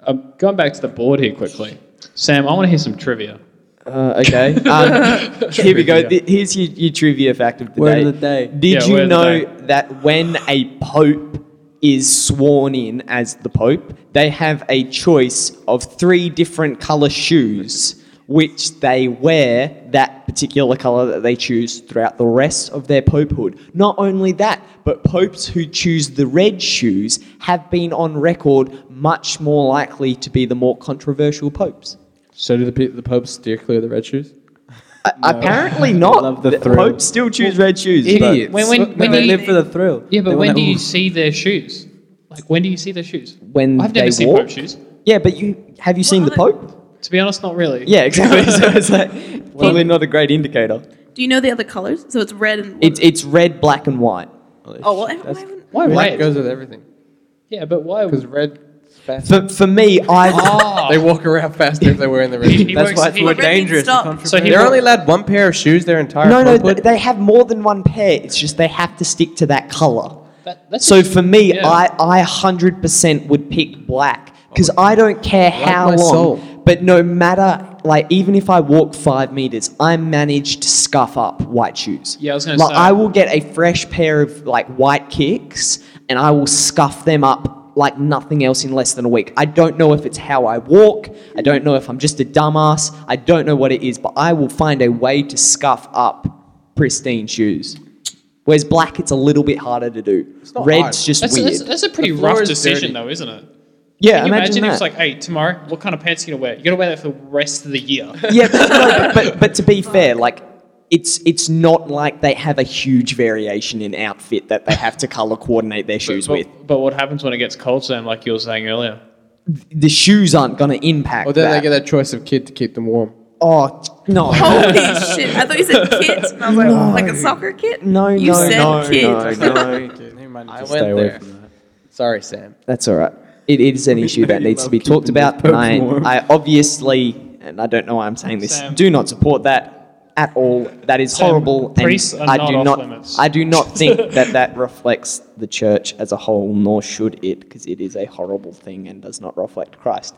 I'm going back to the board here quickly. Sam, I want to hear some trivia.
Uh, okay. Um, here we go. Th- here's your, your trivia fact of the
Word
day.
of the day.
Did
Yeah, word
you
of the
know
day.
that when a pope is sworn in as the pope, they have a choice of three different color shoes which they wear that particular color that they choose throughout the rest of their popehood. Not only that, but popes who choose the red shoes have been on record much more likely to be the more controversial popes.
So do the, pe- the Pope steer clear of the red shoes?
A- Uh, Apparently not.
Love the thrill.
popes still choose red shoes. but-
Idiots.
When- when-
Look,
when
they
you-
live for the thrill.
Yeah,
They
but when
wanna-
do you
Ooh.
see their shoes? Like, when do you see their shoes?
when
I've
they
never seen
walk.
Pope shoes.
Yeah, but you have you seen the
Well, I-
Pope?
To be honest, not really.
Yeah, exactly. so it's like probably not a great indicator.
Do you know the other colors? So it's red and.
It's it's red, black, and white.
oh, well, why
That's-
wouldn't-
Why
Red
red?
goes with everything.
Yeah, but why? Ah.
Because red is fast.
For, for me, I
They walk around faster if they're wearing the red
He,
shoes.
he
That's
works,
why it's
he-
more
red means
dangerous.
stop.
and
So he
They're
works-
only allowed one pair of shoes their entire
no no
popehood?
th- they have more than one pair. It's just they have to stick to that color.
that- that's
So
just-
for me,
yeah.
I I hundred percent would pick black because I don't care how
my
long.
soul.
But no matter like even if I walk five meters, I manage to scuff up white shoes.
Yeah, I was gonna
like,
say.
I will get a fresh pair of like white kicks, and I will scuff them up like nothing else in less than a week. I don't know if it's how I walk. I don't know if I'm just a dumbass. I don't know what it is, but I will find a way to scuff up pristine shoes. Whereas black, it's a little bit harder to do.
not
Red's
hard.
just
that's,
weird.
that's, that's a pretty
The floor
rough
is
decision,
dirty.
though, isn't it?
yeah,
Can you imagine, if
that.
it's like, hey, tomorrow, what kind of pants are you gonna wear? You're gonna wear that for the rest of the year.
yeah, but, no, but, but but to be fair, like it's it's not like they have a huge variation in outfit that they have to color coordinate their shoes with.
but, but what happens when it gets cold, Sam? Like you were saying earlier.
The shoes aren't going to impact.
Or then
that.
they get that choice of kid to keep them warm.
Oh no.
Holy shit! I thought you said kit, and I was like, like a soccer kit.
No,
you
no,
said
no,
kit.
no, no.
I
Stay
went
away
there.
from that.
Sorry, Sam.
That's all right. It is an issue that needs to be talked about. And I, I obviously, and I don't know why I'm saying this,
Sam.
do not support that at all. That is
Sam,
horrible.
priests
and
are
I
not
do
off
not.
limits.
I do not think that that reflects the church as a whole, nor should it, because it is a horrible thing and does not reflect Christ.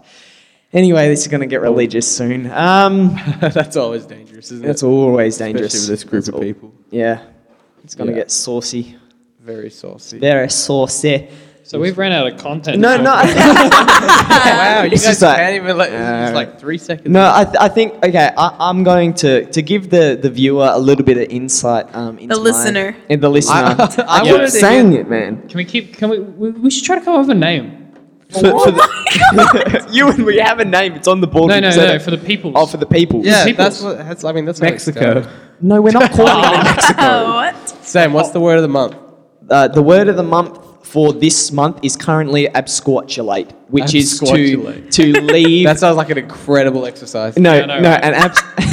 Anyway, this is going to get religious soon. Um,
That's always dangerous, isn't
it's
it?
always dangerous.
Especially with this group
That's
of
all-
people.
Yeah, it's going to
Yeah.
get saucy.
Very saucy.
Very saucy.
So we've ran out of content.
No,
So-
no.
wow, you guys
It's just like-
can't even let. it's
Uh,
just like three seconds.
No, I, th- I think okay. I, I'm going to to give the, the viewer a little bit of insight. Um, into mine.
listener.
And the listener.
I- I
I,
wanted
keep
to
saying it, man.
Can we keep? Can we? We, we should try to come up with a name.
For- for the- you and we have a name. It's on the board.
No,
We
no,
can say
no.
that.
For the people.
oh, for the people.
yeah,
peoples.
that's what. That's, I mean, that's how it's
Mexico.
done.
No, we're not calling it.
Oh, what?
Sam, what's the word of the month?
Uh, the word of the month for this month is currently absquatulate, which is to
Absquatulate.
to leave.
That sounds like an incredible exercise.
No,
Yeah, I
no,
know, right?
an, abs-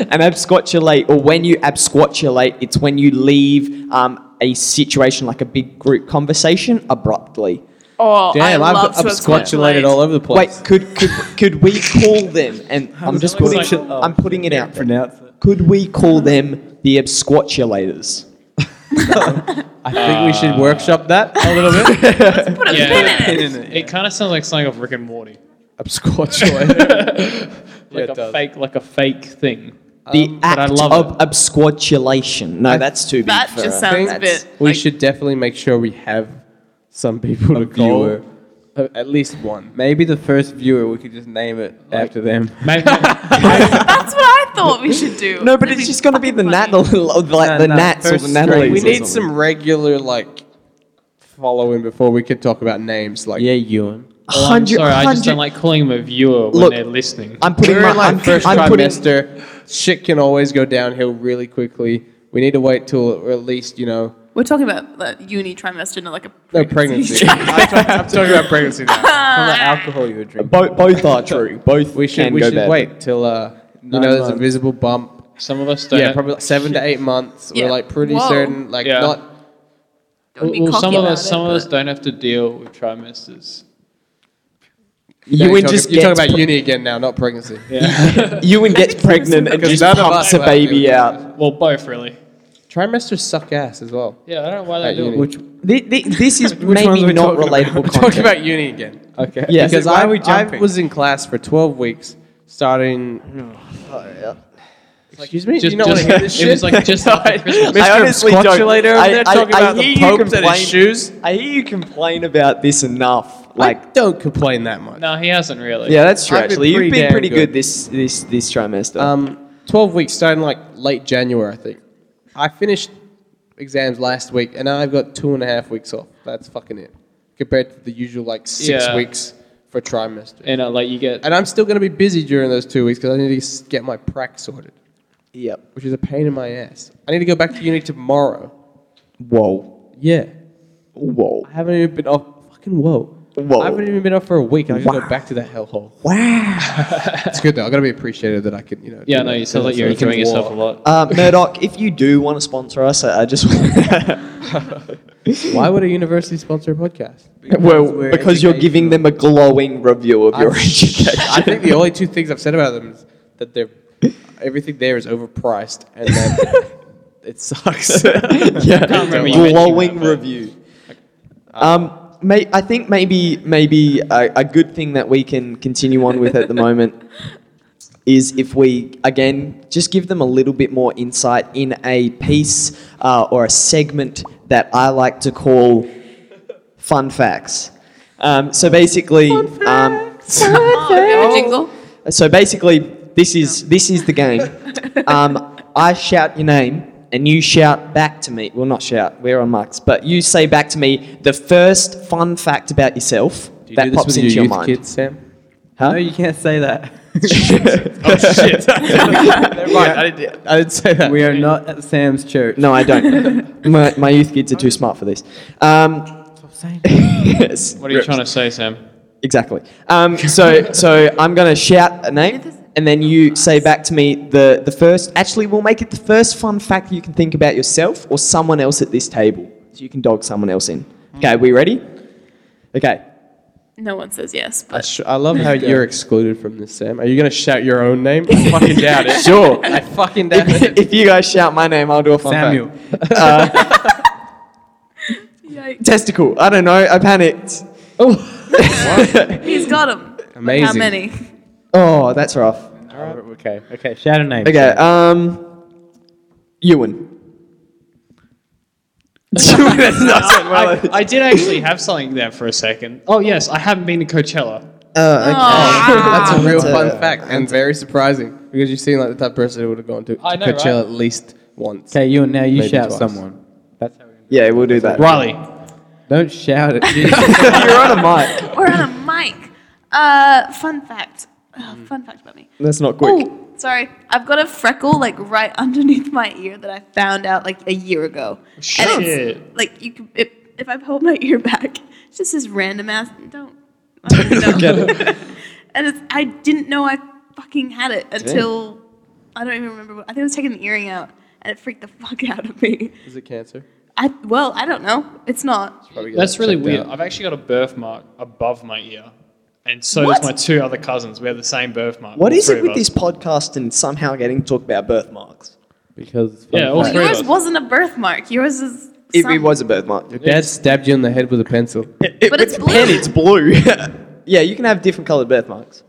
an absquatulate, or when you absquatulate, it's when you leave um, a situation like a big group conversation abruptly.
Oh,
Damn,
I
I've
love
got
to
absquatulated all over the place.
Wait, could, could could we call them? And I'm just
that look
putting
like- Oh,
I'm putting it out. there.
Pronounce it.
Could we call them the absquatulators?
I think we
Uh,
should workshop that a little bit.
Put a
Yeah.
pin in it.
It kind of sounds like something off Rick and Morty.
Absquatulated.
Like
it
a
does.
fake, like a fake thing.
The
Um, I
act
love
of absquatulation. No, that's too big.
That
for
just
a-
sounds a
that's-
bit.
we
like,
should definitely make sure we have some people
A
to call.
viewer.
A- At least one.
Maybe the first viewer we could just name it after them.
Maybe,
That's what I thought we should do.
No, but it's just going to be the nat, the, little- like
No,
the
no,
Nats or
first
the
straight.
Natalie's.
We
or
need
something.
some regular like following before we can talk about names. Like
Yeah,
well,
Ewan.
Oh, I'm
100
sorry, I
100
just don't like calling them a viewer when
Look,
they're listening.
I'm putting
we're
my
in like
I'm,
first
I'm putting,
trimester. Shit can always go downhill really quickly. We need to wait till at least you know
We're talking about the uni trimester, not like a
no pregnancy. I'm, talking, I'm talking about pregnancy now.
From the alcohol you were drinking.
both, both are true. Both
We should
can
we
go
should
bad.
wait till uh, you know
Nine
there's a
months.
visible bump.
Some of us don't.
yeah, probably like seven to eight months.
Yeah.
We're like pretty
Whoa.
certain, like
Yeah.
not
Don't be
well,
cocky
some of
about
us,
it,
some of
but-
us don't have to deal with trimesters.
No,
Ewan
you're
just
talking, you're
gets
talking about
pre-
uni again now, not pregnancy.
Ewan gets pregnant and
Because
just
none of
pumps
us
a
will have to
baby
do
out.
Well, both really.
Trimesters suck ass as well.
Yeah, I don't know why
At
they do
uni.
it.
Which thi- thi- this is
ones are
maybe
we
not
talking about?
relatable.
We're
content.
talking about uni again.
Okay.
Yeah.
Because
So why
I,
are we
I
jumping?
was in class for 12 weeks, starting. Excuse me?
Just-
you don't want to
just-
hear this shit?
It was like just after Christmas.
Mr.
I honestly don't.
Squatulator over
I-
there
I-
talking
I
about
hear
the
you
popes and
complain-
his shoes.
I hear you complain about this enough. Like,
I don't complain that much.
No, he hasn't really.
yeah, that's true.
I've been
Actually,
pretty
you've been
damn
pretty
good.
good this this this trimester.
Um, 12 weeks starting like late January, I think. I finished exams last week and I've got two and a half weeks off. That's fucking it. Compared to the usual like six
Yeah.
weeks for trimester.
And uh, like you get
And I'm still going to be busy during those two weeks because I need to s- get my prac sorted,
yep.
which is a pain in my ass. I need to go back to uni tomorrow.
Whoa.
Yeah.
Whoa.
I haven't even been off. Fucking whoa.
Whoa.
I haven't even been off for a week and I just
Wow.
go back to that hellhole.
Wow.
It's good though. I've got to be appreciative that I can, you know.
yeah,
do
no,
that.
you sound like
So
you're
I can
enjoying yourself a
walk.
lot.
Uh, Murdoch, if you do want to sponsor us, I, I just
Why would a university sponsor a podcast?
well because you're giving them a glowing review of your
I-
education.
I think the only two things I've said about them is that they're everything there is overpriced and that it sucks.
yeah,
remember you
glowing
mentioning that,
review. Um, may, I think maybe maybe a, a good thing that we can continue on with at the moment is if we again just give them a little bit more insight in a piece uh, or a segment that I like to call fun facts. Um, so basically, um,
Oh, we have a jingle.
so basically, this is this is the game. Um, I shout your name, and you shout back to me. Well, not shout. We're on mics, but you say back to me the first fun fact about yourself
Do you
that
do this
pops
with
into your,
youth
mind.
kids, Sam?
Huh?
No, you can't say that.
oh shit! Never mind. I didn't, I didn't say that.
we are not at Sam's church.
No, I don't. my, my youth kids are too smart for this. Um, yes.
What are you trying to say, Sam?
Exactly. Um, so, so I'm going to shout a name, and then you say back to me the, the first. Actually, we'll make it the first fun fact you can think about yourself or someone else at this table, so you can dog someone else in. Okay, we ready? Okay.
No one says yes,
I,
but
sh- I love how you're excluded from this, Sam. Are you gonna shout your own name? I fucking doubt it.
Sure.
I fucking doubt
if,
it.
if you guys shout my name, I'll do a fun
Samuel.
fact. Uh,
Yikes.
testicle. I don't know. I panicked. Oh.
he's got him.
Amazing.
How many?
oh, that's rough.
Okay. Okay. Shout a name.
Okay. Um, Ewan. Ewan has not said well.
I, I did actually have something there for a second. Oh yes, I haven't been to Coachella.
Oh, okay.
That's a real
That's a-
fun fact and very surprising because you seem like the type of person who would have gone to, to
I know,
Coachella
right?
at least once.
Okay, Ewan. Now you
Maybe
shout
twice.
someone. That's how. We
Yeah, we'll do that.
Riley,
Don't shout it.
You're on a mic.
We're on a mic. Uh, fun fact. Ugh, fun fact about me.
That's not quick.
Oh, sorry. I've got a freckle like right underneath my ear that I found out like a year ago. And it's,
Shit.
like you, can, if, if I hold my ear back, it's just this random ass. Don't. I don't know. and it's, I didn't know I fucking had it until I don't even remember. What, I think I was taking the earring out, and it freaked the fuck out of me.
Is it cancer?
I well, I don't know. It's not.
Probably get
that's
that
really
checked
weird.
out.
I've actually got a birthmark above my ear, and so
What?
does my two other cousins. We have the same birthmark.
Oh.
What
all
is
three
it
of
with
us.
this podcast and somehow getting to talk about birthmarks?
because it's fun
Yeah, all
fact.
three of
Yours
us.
wasn't a birthmark. Yours is.
It, it
some-
was a birthmark.
Your dad stabbed you in the head with a pencil.
It-
But it's
a
blue.
pen, it's blue. yeah, you can have different coloured birthmarks.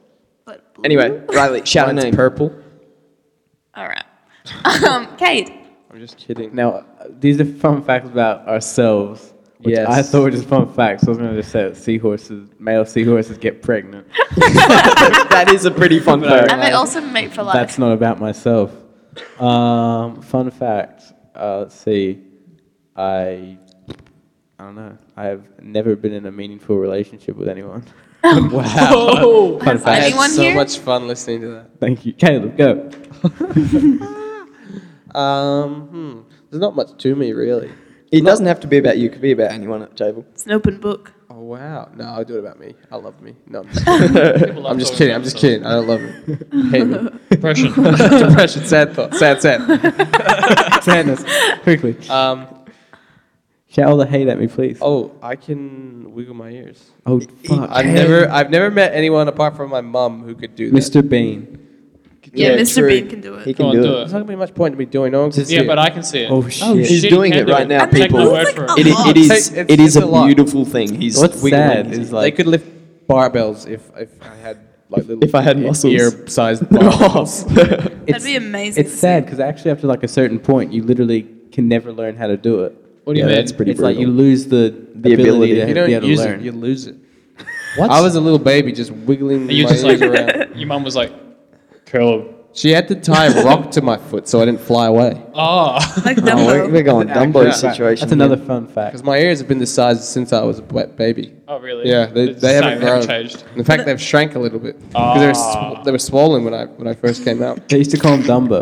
but blue.
Anyway, Riley, shout a
Mine's
name.
purple.
All right. Um, Cade.
I'm just kidding.
Now, uh, these are fun facts about ourselves. Which
Yes.
I thought was a fun fact, so I was going to just say that seahorses, male seahorses get pregnant.
that is a pretty fun fact.
And they also mate for life.
That's not about myself. Um, fun fact. Uh, let's see. I, I don't know. I have never been in a meaningful relationship with anyone.
Oh,
Fun
I
fact.
had Anyone
so
here?
much fun listening to
Thank you, Caleb. Go.
that. Um, hmm. There's not much to me, really.
It doesn't have to be about you. It could be about anyone at the table.
it's an open book.
Oh, wow. No, I'll do it about me. I love me. No, I'm just kidding. I'm just kidding. I'm just kidding. I don't love me. Hate me.
Depression.
Depression. Sad thought. Sad, sad.
Sadness. Quickly.
Um,
Shout all the hate at me, please. Oh,
oh, I can wiggle my ears.
fuck.
I've never, I've never met anyone apart from my mum who could do that.
Mr. Bean.
Yeah,
Yeah,
Mr.
true.
Bean can do it.
He
Go
can
on,
do,
do
it.
There's not gonna be much point to me doing. No one can see
Yeah,
it.
but I can see it.
Oh shit.
He's
shit,
doing
you
it
can do
right now,
And they
people.
do,
word
like,
for
a
it.
It,
lot.
it
It's-
is.
it's-
It is
it's a
a
lot.
beautiful thing. He's
What's
wiggling
sad
his-
is
they
like
could lift barbells if if I had like little
If I had muscles.
ear-sized barbells.
Oh.
That'd be amazing.
it's sad because actually after like a certain point you literally can never learn how to do it.
What do you
Yeah,
mean?
that's pretty
it's like you
brutal.
lose the,
The
the
ability.
ability, to
you
be able
don't
to
use
learn.
it, you lose it.
What?
I was a little baby just wiggling
And you
my
just like
ears around.
your mum was like, Caleb.
She had to tie a rock to my foot so I didn't fly away
Ah,
Like
Oh,
Dumbo.
we're, we're going Dumbo
Yeah.
situation.
That's another
here.
fun fact.
because my ears have been this size since I was a wet baby.
oh really?
Yeah, they,
It's
they
the
haven't
same,
grown.
changed.
In fact, they've shrank a little bit because they were
Ah.
sw- they were swollen when I when I first came out.
They used to call him Dumbo.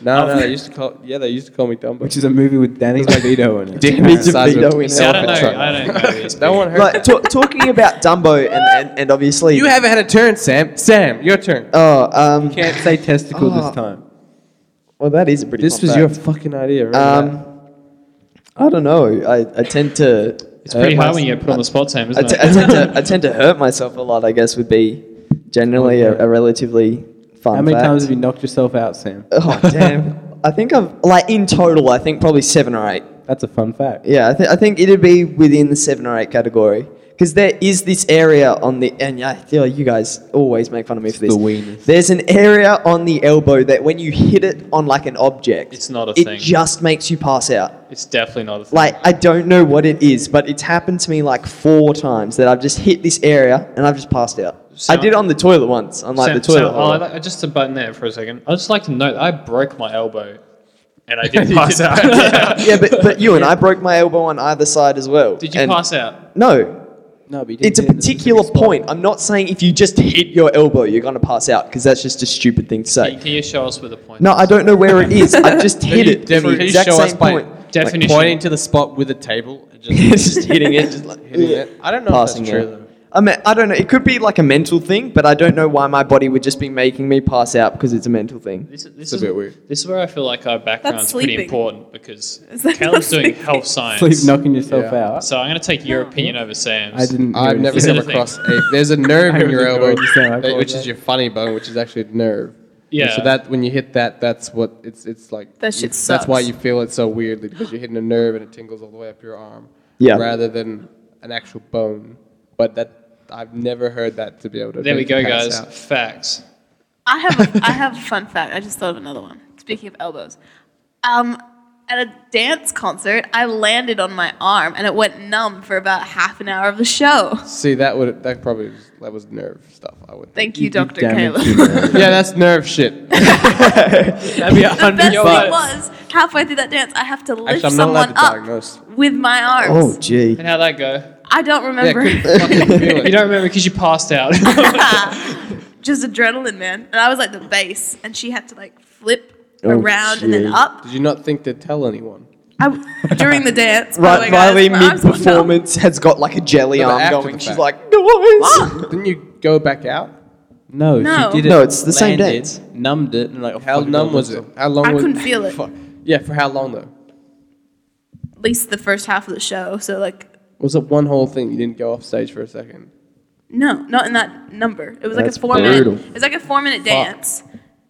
No, no, they used to call yeah they used to call me Dumbo.
which is a movie with Danny DeVito in it.
Dick
Danny
size of
DeVito in
an
it.
See, I don't know.
elephant truck.
I don't know. these
That one hurt.
Like, ta- talking about Dumbo and, and, and obviously.
you haven't had a turn, Sam. Sam, your turn.
Oh, um,
Can't say testicle
Oh.
this time.
well, that is a pretty.
This
fun
was your
fact.
fucking idea. remember that?
Um, I don't know. I, I tend to.
It's pretty hard when
myself.
you get put on the spot, Sam,
I
isn't
te-
it?
I tend to I tend to hurt myself a lot. I guess would be generally a, a relatively fun.
How many
fact.
times have you knocked yourself out, Sam?
Oh damn! I think I've like in total. I think probably seven or eight.
That's a fun fact.
Yeah, I, th- I think it'd be within the seven or eight category because there is this area on the and I feel you guys always make fun of me for this.
the weenus.
There's an area on the elbow that when you hit it on like an object,
It's not a
it
thing.
just makes you pass out.
It's definitely not a thing.
Like I don't know what it is, but it's happened to me like four times that I've just hit this area and I've just passed out.
So-
I did it on the toilet once, on like
Sam-
the toilet.
Sam, I'll-
hole.
I'd Oh, like- just to button there for a second, I'd just like to note that I broke my elbow and I did pass out.
yeah, but, but you and I broke my elbow on either side as well.
Did you
And-
pass out?
No,
No, but you
it's a particular point. I'm not saying if you just hit your elbow, you're going to pass out because that's just a stupid thing to
Can you,
say.
can you show us where the point
No,
is?
I don't know where it is. I just hit
you
it.
def-
for
can you
exact
show
same
us by
point.
Definition.
Pointing to the spot with a table and just
It's just hitting it, just like
hitting it. I don't know
passing
if that's true
out. I mean, I don't know. It could be like a mental thing, but I don't know why my body would just be making me pass out because it's a mental thing.
This, is- this
a
is
bit weird.
This is where I feel like our background's pretty
sleeping.
important because
Is that
Caleb's
not
doing
sleeping? Oh.
health science.
Sleep knocking yourself
Yeah.
out.
So I'm going to take your opinion over Sam's.
I didn't.
though. I've
hear
never
it.
Is it a
come
thing?
across a. There's a nerve
I
in your
really don't
elbow,
understand. I
that- which is
apologize.
your funny bone, which is actually a nerve. And
Yeah.
So that when you hit that, that's what it's. It's like
That shit
it's- That's why
sucks.
you feel it so weirdly because you're hitting a nerve and it tingles all the way up your arm.
Yeah.
Rather than an actual bone, but that I've never heard that to be able to.
There we
make you
go,
pass
guys.
out.
Facts.
I have a, I have a fun fact. I just thought of another one. Speaking of elbows, um, at a dance concert, I landed on my arm and it went numb for about half an hour of the show.
See that would that probably was, that was nerve stuff. I would. think.
Thank you, Dr.
damaged
Caleb.
your
the
yeah, that's nerve shit.
That'd be a
best thing was halfway through that dance, I have to lift
Actually, I'm not allowed
someone
to
up
diagnose.
with my
Oh,
arms.
gee.
And how'd that go?
I don't
Yeah,
remember.
couldn't fucking feel
You
it.
don't remember because you passed out.
just adrenaline, man. And I was like the base, and she had to like flip
Oh,
around and then
gee.
up
Did you not think to tell anyone?
I, during the dance. by the
Right,
way, guys,
Riley
Oh my
mid
arms went numb.
performance has got like a jelly
No, but
arm
after
going.
the
She's
fact.
like, noise.
What?
Didn't you go back out?
No,
No.
she did it.
No, it's the same
landed,
dance.
Numbed it and like oh,
How
fuck,
numb
got
was it?
myself.
How long?
I
was,
couldn't feel it.
Fuck. Yeah, for how long though?
At least the first half of the show. So like,
Was it one whole thing? You didn't go off stage for a second.
no, not in that number. It was like
That's
a four
brutal.
minute. It was like a four minute dance.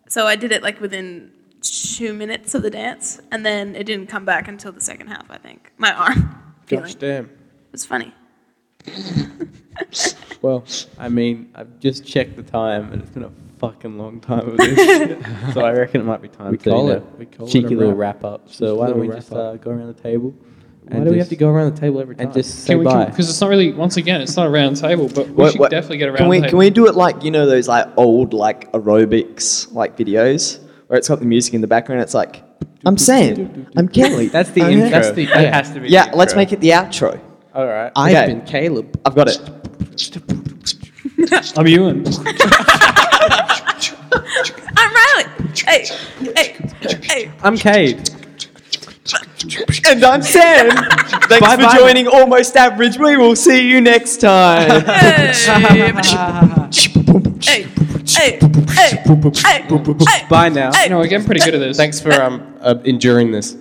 So I did it like within two minutes of the dance, and then it didn't come back until the second half. I think my arm feeling.
Gosh damn.
It was funny.
Well, I mean, I've just checked the time and it's been a fucking long time of this, so I reckon it might be time
We
to
call
you
it-
know,
we call it a
cheeky little
wrap.
wrap up. So why
little
don't we
wrap
just
up.
uh, go around the table?
Why do we have to go around the table every time?
and just say
Can we?
bye?
Because it's not really. Once again, it's not a round table, but we
What-
should
what-
definitely get a round
Can we
table.
can we do it like you know those like old like aerobics like videos where it's got the music in the background? It's like I'm Sam, I'm Kelly.
that's the
I'm
intro.
Hannah."
That's the, that has to be.
Yeah,
the
let's
intro.
make it the outro.
All right.
I've okay. been
Caleb.
I've got it.
I'm Ewan.
I'm Riley. Hey, hey, hey.
I'm Cade.
And I'm Sam. Thanks for
Bye-bye.
joining Almost Average. We will see you next time.
Hey. hey, hey, hey, hey, hey.
Bye now.
Hey.
No, we're getting pretty good at this.
Thanks for um, uh, enduring this.